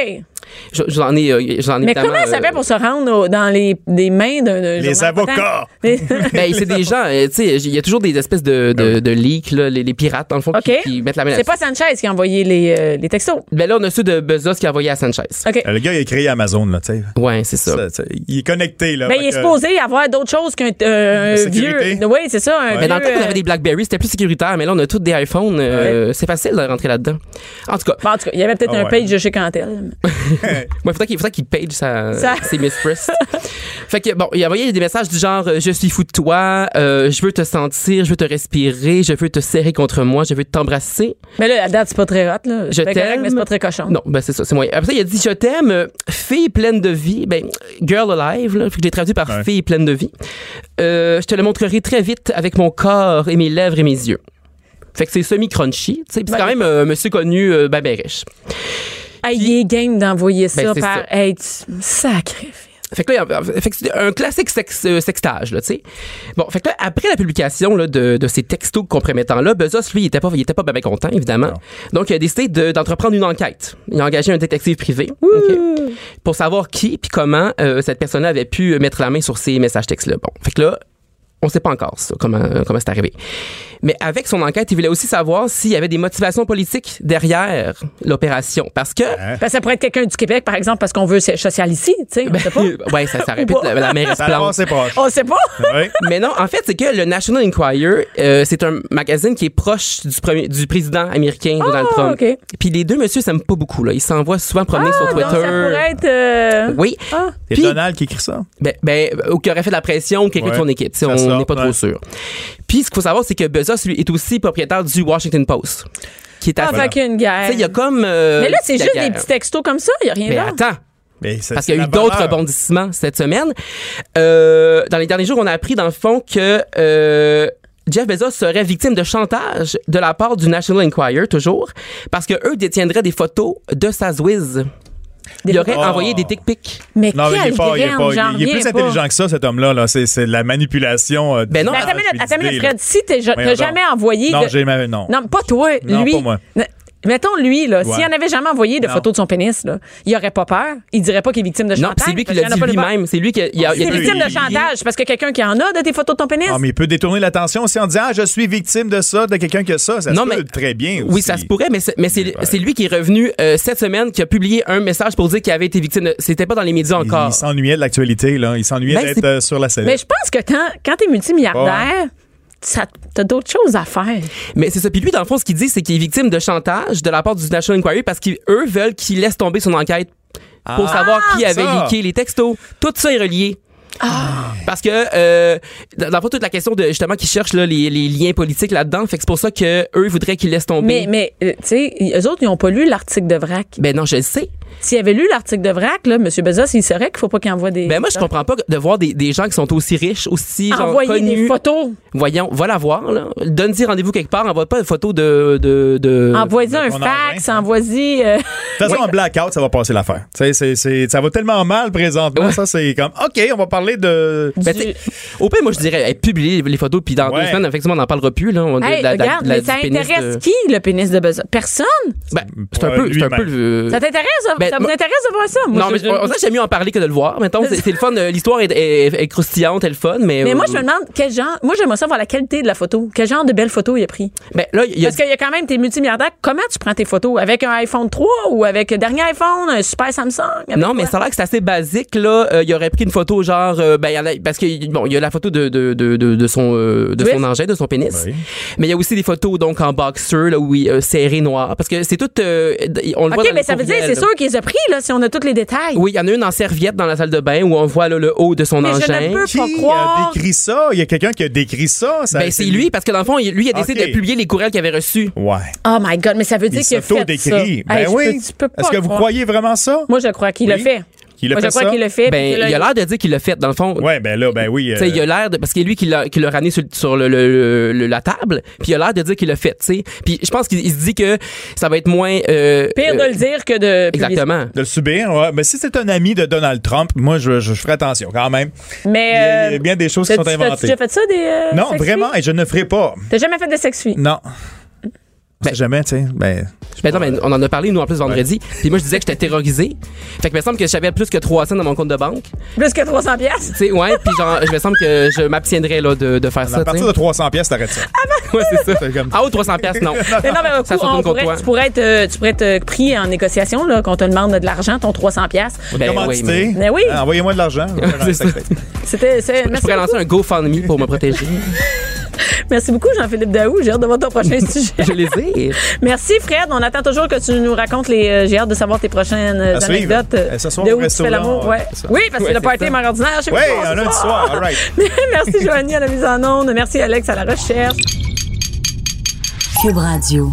F: Je- J'en ai, euh, j'en
C: Mais
F: ai évidemment,
C: comment elle
F: euh,
C: savait pour se rendre au- dans les, des mains d'un. d'un
E: Les
C: journal important?
E: avocats!
C: Mais-
F: Ben, c'est des gens, euh, tu sais, il y a toujours des espèces de, de, de leaks, là, les, les pirates, dans le fond, qui-
C: OK.
F: qui, mettent la main
C: C'est
F: là-dessus.
C: pas Sanchez qui a envoyé les, euh, les textos.
F: Ben là, on a ceux de Bezos qui a envoyé à Sanchez.
C: OK.
E: Euh, Le gars, il a créé Amazon, là, tu sais.
F: Ouais, c'est ça. Ben,
E: Ça, tu sais, Il est connecté, là.
C: Mais
E: Fait
C: Ben, il est
F: euh,
E: que-
C: supposé avoir d'autres choses qu'un euh, un
E: sécurité.
C: vieux. Oui, c'est ça. Un
F: Mais dans le
C: vieux,
F: temps, on
C: euh,
F: avait des Blackberry, c'était plus sécuritaire, mais là, on a tous des iPhones. euh, C'est facile de rentrer là-dedans. En tout cas,
C: bon, en tout cas, il y avait peut-être
E: Ah
C: un
E: ouais.
C: page de chez Cantel.
F: Ouais, faudrait qu'il faudrait qu'il page sa,
C: Ça-
F: ses mistress. fait que bon, il envoyait des messages du genre euh, je suis fou de toi, euh, je veux te sentir, je veux te respirer, je veux te serrer contre moi, je veux t'embrasser.
C: Mais là, la date, c'est pas très hot. Là.
F: Je
C: C'est bien correct,
F: t'aime.
C: Mais c'est pas très cochon.
F: Non, ben c'est ça, c'est moyen. Après ça, il a dit je t'aime, euh, fille pleine de vie, ben girl alive, là, fait que j'ai traduit par
E: Ouais.
F: fille pleine de vie. Euh, je te le montrerai très vite avec mon corps et mes lèvres et mes yeux. Fait que c'est semi crunchy, tu sais, puis c'est
C: Ben,
F: quand même euh, un monsieur connu, euh, ben, ben riche.
C: Hey, il est game d'envoyer
F: Ben,
C: ça
F: c'est
C: par.
F: ça.
C: Hey, tu- sacré.
F: Fait que là, il y a- fait que c'est un classique sex- euh, sextage, là, tu sais. Bon, fait que là, après la publication là, de, de ces textos compromettants-là, Bezos, lui, il était pas, il était pas bien content, évidemment. Donc, il a décidé de- d'entreprendre une enquête. Il a engagé un détective privé OK, pour savoir qui puis comment euh, cette personne avait pu mettre la main sur ces messages textes-là. Bon, fait que là, on sait pas encore ça, comment euh, comment c'est arrivé. Mais avec son enquête, il voulait aussi savoir s'il y avait des motivations politiques derrière l'opération. Parce que...
C: Ben, ça pourrait être quelqu'un du Québec, par exemple, parce qu'on veut se- social ici. Tu sais, on sait pas.
F: ben, ouais, ça, ça répète, la, la mairesse
E: Ça a
F: Plante.
E: passé proche.
C: On sait pas.
E: Ouais.
F: Mais non, en fait, c'est que le National Enquirer, euh, c'est un magazine qui est proche du, premier, du président américain Donald
C: Ah,
F: Trump.
C: ok.
F: Puis les deux messieurs s'aiment pas beaucoup. Là. Ils s'envoient souvent promener
C: Ah,
F: sur Twitter.
C: donc ça pourrait être. euh,
F: Oui,
C: Ah.
E: C'est
F: Puis-
E: Donald qui écrit ça.
F: ben, ben, ou qui aurait fait de la pression ou quelqu'un
E: Ouais.
F: de son équipe. tu sais,
E: Ça
F: on
E: sort,
F: n'est pas trop
E: ouais.
F: sûr. Puis ce qu'il faut savoir, c'est que Bezos lui, est aussi propriétaire du Washington Post, qui est à
C: Ah, fait qu'il y a une
F: Tu
C: guerre.
F: sais, il y a comme. euh,
C: Mais là, c'est
F: la
C: juste
F: guerre.
C: des petits textos comme ça. Il n'y a rien
F: Mais
C: d'autre.
F: attends,
E: Mais ça,
F: parce
E: c'est
F: qu'il y a
E: la
F: eu d'autres
E: valeur.
F: rebondissements cette semaine. Euh, dans les derniers jours, on a appris dans le fond que euh, Jeff Bezos serait victime de chantage de la part du National Enquirer toujours, parce que eux détiendraient des photos de sa Zwiz. Il aurait
E: Oh.
F: envoyé des dick pics.
C: Mais
E: Non, mais il
C: quel
E: est fort, il est
C: vilain,
E: fort.
C: j'en
E: Il est plus
C: reviens
E: intelligent
C: pas.
E: que ça, cet homme-là. là. C'est c'est de la manipulation. euh,
F: Ben non.
E: du-
F: Mais
C: Attends une minute,
E: Ah, j'ai
C: attends une
E: d'idées,
C: minute,
E: là.
C: Fred. Si t'es- je-
E: Voyons
C: t'as jamais
E: donc.
C: envoyé...
E: Non,
C: de-
E: j'ai jamais. Non.
C: Non, mais pas toi,
E: Non,
C: lui.
E: pas moi.
C: N- Mettons lui, là,
E: Ouais.
C: s'il n'en avait jamais envoyé de
E: Non.
C: photos de son pénis, là, il aurait pas peur. Il dirait pas qu'il est victime de
F: Non,
C: chantage.
F: c'est lui qui
C: parce
F: l'a
C: qu'il en a
F: dit
C: pas le droit.
F: lui-même. C'est lui qui a. il a- il a
C: C'est
E: lui.
C: victime de
E: Il-
C: chantage parce que quelqu'un qui en a de tes photos de ton pénis.
E: Ah, mais il peut détourner l'attention aussi en disant Ah, je suis victime de ça, de quelqu'un qui a ça. Ça
F: Non,
E: se
F: mais-
E: peut très bien aussi.
F: Oui, ça se pourrait, mais c'est, mais c'est, c'est lui qui est revenu euh, cette semaine, qui a publié un message pour dire qu'il avait été victime. De... C'était pas dans les médias
E: Il, il
F: encore.
E: s'ennuyait de l'actualité, là. Il s'ennuyait
F: Ben,
E: d'être
F: c'est-
E: euh, sur la scène.
C: Mais je pense que quand, quand t'es multimilliardaire, ça, t'as d'autres choses à faire.
F: Mais c'est ça. Puis lui, dans le fond, ce qu'il dit, c'est qu'il est victime de chantage de la part du National Inquiry parce qu'eux veulent qu'il laisse tomber son enquête pour savoir qui avait
E: ça.
F: leaké les textos. Tout ça est relié.
C: Ah!
F: Parce que euh, dans dans le fond, toute la question de justement qu'ils cherchent là, les, les liens politiques là-dedans, fait que c'est pour ça que eux voudraient qu'ils laissent tomber.
C: Mais, mais euh, tu sais, eux autres, ils n'ont pas lu l'article de VRAC.
F: Ben non, je le sais.
C: S'ils avaient lu l'article de VRAC, là, M. Bezos, il saurait qu'il faut pas qu'il envoie des.
F: Ben moi, je comprends pas de voir des, des gens qui sont aussi riches, aussi genre,
C: Envoyer des
F: connus.
C: photos.
F: Voyons, va la voir. là. Donne-y rendez-vous quelque part. Envoie pas de photo de. de, de...
C: Envoyez un
E: on en
C: fax,
E: revient.
C: envoyez. euh,
E: De toute façon, en blackout, ça va passer l'affaire. Tu sais, c'est- c'est- Ça va tellement mal présentement. Ça, c'est comme OK, on va parler de.
F: Ben,
C: du-
F: t'sais, Au pire, moi, je dirais, hey, publier les photos, puis dans
E: Ouais.
F: deux semaines, effectivement, on n'en parlera plus. Là, on,
C: Hey,
F: de la- de la-
C: regarde,
F: de la-
C: mais
F: du
C: ça
F: pénis
C: intéresse
F: de-
C: qui, le pénis de Bezos? Personne?
F: Ben, c'est un
E: Ouais,
F: peu. C'est un peu
E: lui-même.
F: le-
C: Ça t'intéresse? ça-
F: Ben,
C: ça vous
F: moi-
C: intéresse de voir ça? Moi,
F: non, mais
C: je-
F: on on dirait que j'aime mieux en parler que de le voir. Mettons, c'est c'est le fun. euh, L'histoire est, est- est croustillante, elle est le fun, mais.
C: Mais
F: euh,
C: moi, je me demande quel genre. Moi, j'aimerais savoir la qualité de la photo. Quel genre de belle photo il a pris?
F: Ben, là, il y a.
C: Parce qu'il y a quand même tes multimilliardaires. Comment tu prends tes photos? Avec un iPhone 3 ou avec le dernier iPhone, un super Samsung? Avec
F: Non, mais ça a l'air que c'est assez basique, là. Euh, il aurait pris une photo, genre, euh, ben, il y en a- parce que, bon, il y a la photo de, de, de, de, de son, euh, de
C: Oui.
F: son engin, de son pénis.
E: Oui.
F: Mais il y a aussi des photos, donc, en boxer, là, où il euh, serré noir. Parce que c'est tout, euh, d- on le voit
C: OK,
F: dans
C: mais
F: les
C: ça veut dire,
F: courriels,
C: c'est
F: là.
C: sûr qu'ils ont pris, là, si on a tous les détails.
F: Oui, il y en a une en serviette dans la salle de bain où on voit là, le haut de son
C: Mais je
F: engin.
C: ne peux-
E: Qui
C: Faut croire.
E: a décrit ça? Il y a quelqu'un qui a décrit ça? ça
F: Ben, c'est lui, parce que dans le fond, il- lui, il a décidé
E: Ok.
F: de publier les courriels qu'il avait reçus.
E: Ouais.
C: Oh my God, mais ça veut dire
E: Il
C: qu'il a fait ça.
E: s'auto-décrit. Ben
C: Hey, je
E: oui.
C: peux- tu peux pas
E: Est-ce que vous
C: croire.
E: croyez vraiment ça?
C: Moi, je crois qu'il l'a
E: Oui.
C: fait.
E: Qu'il a
C: Moi,
E: fait
C: je crois
E: ça?
C: qu'il l'a fait.
F: Ben,
C: puis
F: il
C: qu'il
F: a l'air de dire qu'il l'a fait, dans le fond.
E: Ouais, ben là, ben oui. euh,
F: Tu sais, il a l'air de. Parce que lui qui l'a, qui l'a ramené sur, le- sur le, le- le- la table, puis il a l'air de dire qu'il l'a fait, tu sais. Puis je pense qu'il il se dit que ça va être moins. euh,
C: Pire de
F: euh,
C: le dire que de. publier ça.
F: Exactement.
E: euh, De le subir, ouais. Mais si c'est un ami de Donald Trump, moi, je, je, je ferai attention quand même. Il y a-
C: Mais.
E: il y
C: euh,
E: a bien des choses qui
C: t'as-
E: sont
C: t'as- T'as
E: inventées.
C: déjà fait ça, des. euh,
E: Non,
C: sex-filles?
E: vraiment, et je ne ferai pas.
C: T'as jamais fait de sex-fille?
E: Non. On sait
F: Ben-
E: jamais, tu sais. Ben,
F: Ben non, mais on en a parlé, nous, en plus, vendredi. Puis moi, je disais que j'étais terrorisé. Fait que il me semble que j'avais plus que 3 cents dans mon compte de banque.
C: Plus que 300 piastres?
F: Tu sais, ouais, puis genre, je me semble que je m'abstiendrais, là, de, de faire
E: à
F: ça. tu
E: partir
F: sais.
E: de 300 pièces, t'arrêtes ça.
F: Ouais, c'est ça.
E: C'est comme-
F: En haut de 300 piastres, non.
C: Mais non, mais au coup,
F: Ça se retourne
C: on
F: contre
C: pourrait-
F: toi.
C: tu pourrais être, euh, tu pourrais être euh, pris en négociation, là, qu'on te demande de l'argent, ton 300 piastres.
F: Ben
E: Commandité.
F: oui, mais-
C: Mais oui.
E: Ah, Envoyez-moi de l'argent.
F: C'est ça.
C: C'était, c'est-
F: Je
C: merci,
F: pourrais lancer
C: beaucoup.
F: un GoFundMe pour me protéger.
C: merci beaucoup, Jean-Philippe Daou. J'ai hâte de voir ton prochain sujet.
F: Je les ai.
C: Merci, Fred. On attend toujours que tu nous racontes les. euh, J'ai hâte de savoir tes prochaines euh,
E: À suivre.
C: anecdotes. euh,
E: Eh, ce soir,
C: de
E: au
C: où tu
E: resto
C: fais
E: là,
C: l'amour.
E: on-
C: Ouais.
E: c'est ça.
C: Oui, parce que
F: Ouais,
C: le
F: c'est
C: party est
F: ça.
C: mardi chez
E: Oui,
C: vous.
E: un lundi soir. All right.
C: Merci, Joanie, à la mise en onde. Merci, Alex, à la recherche.
A: Cube Radio.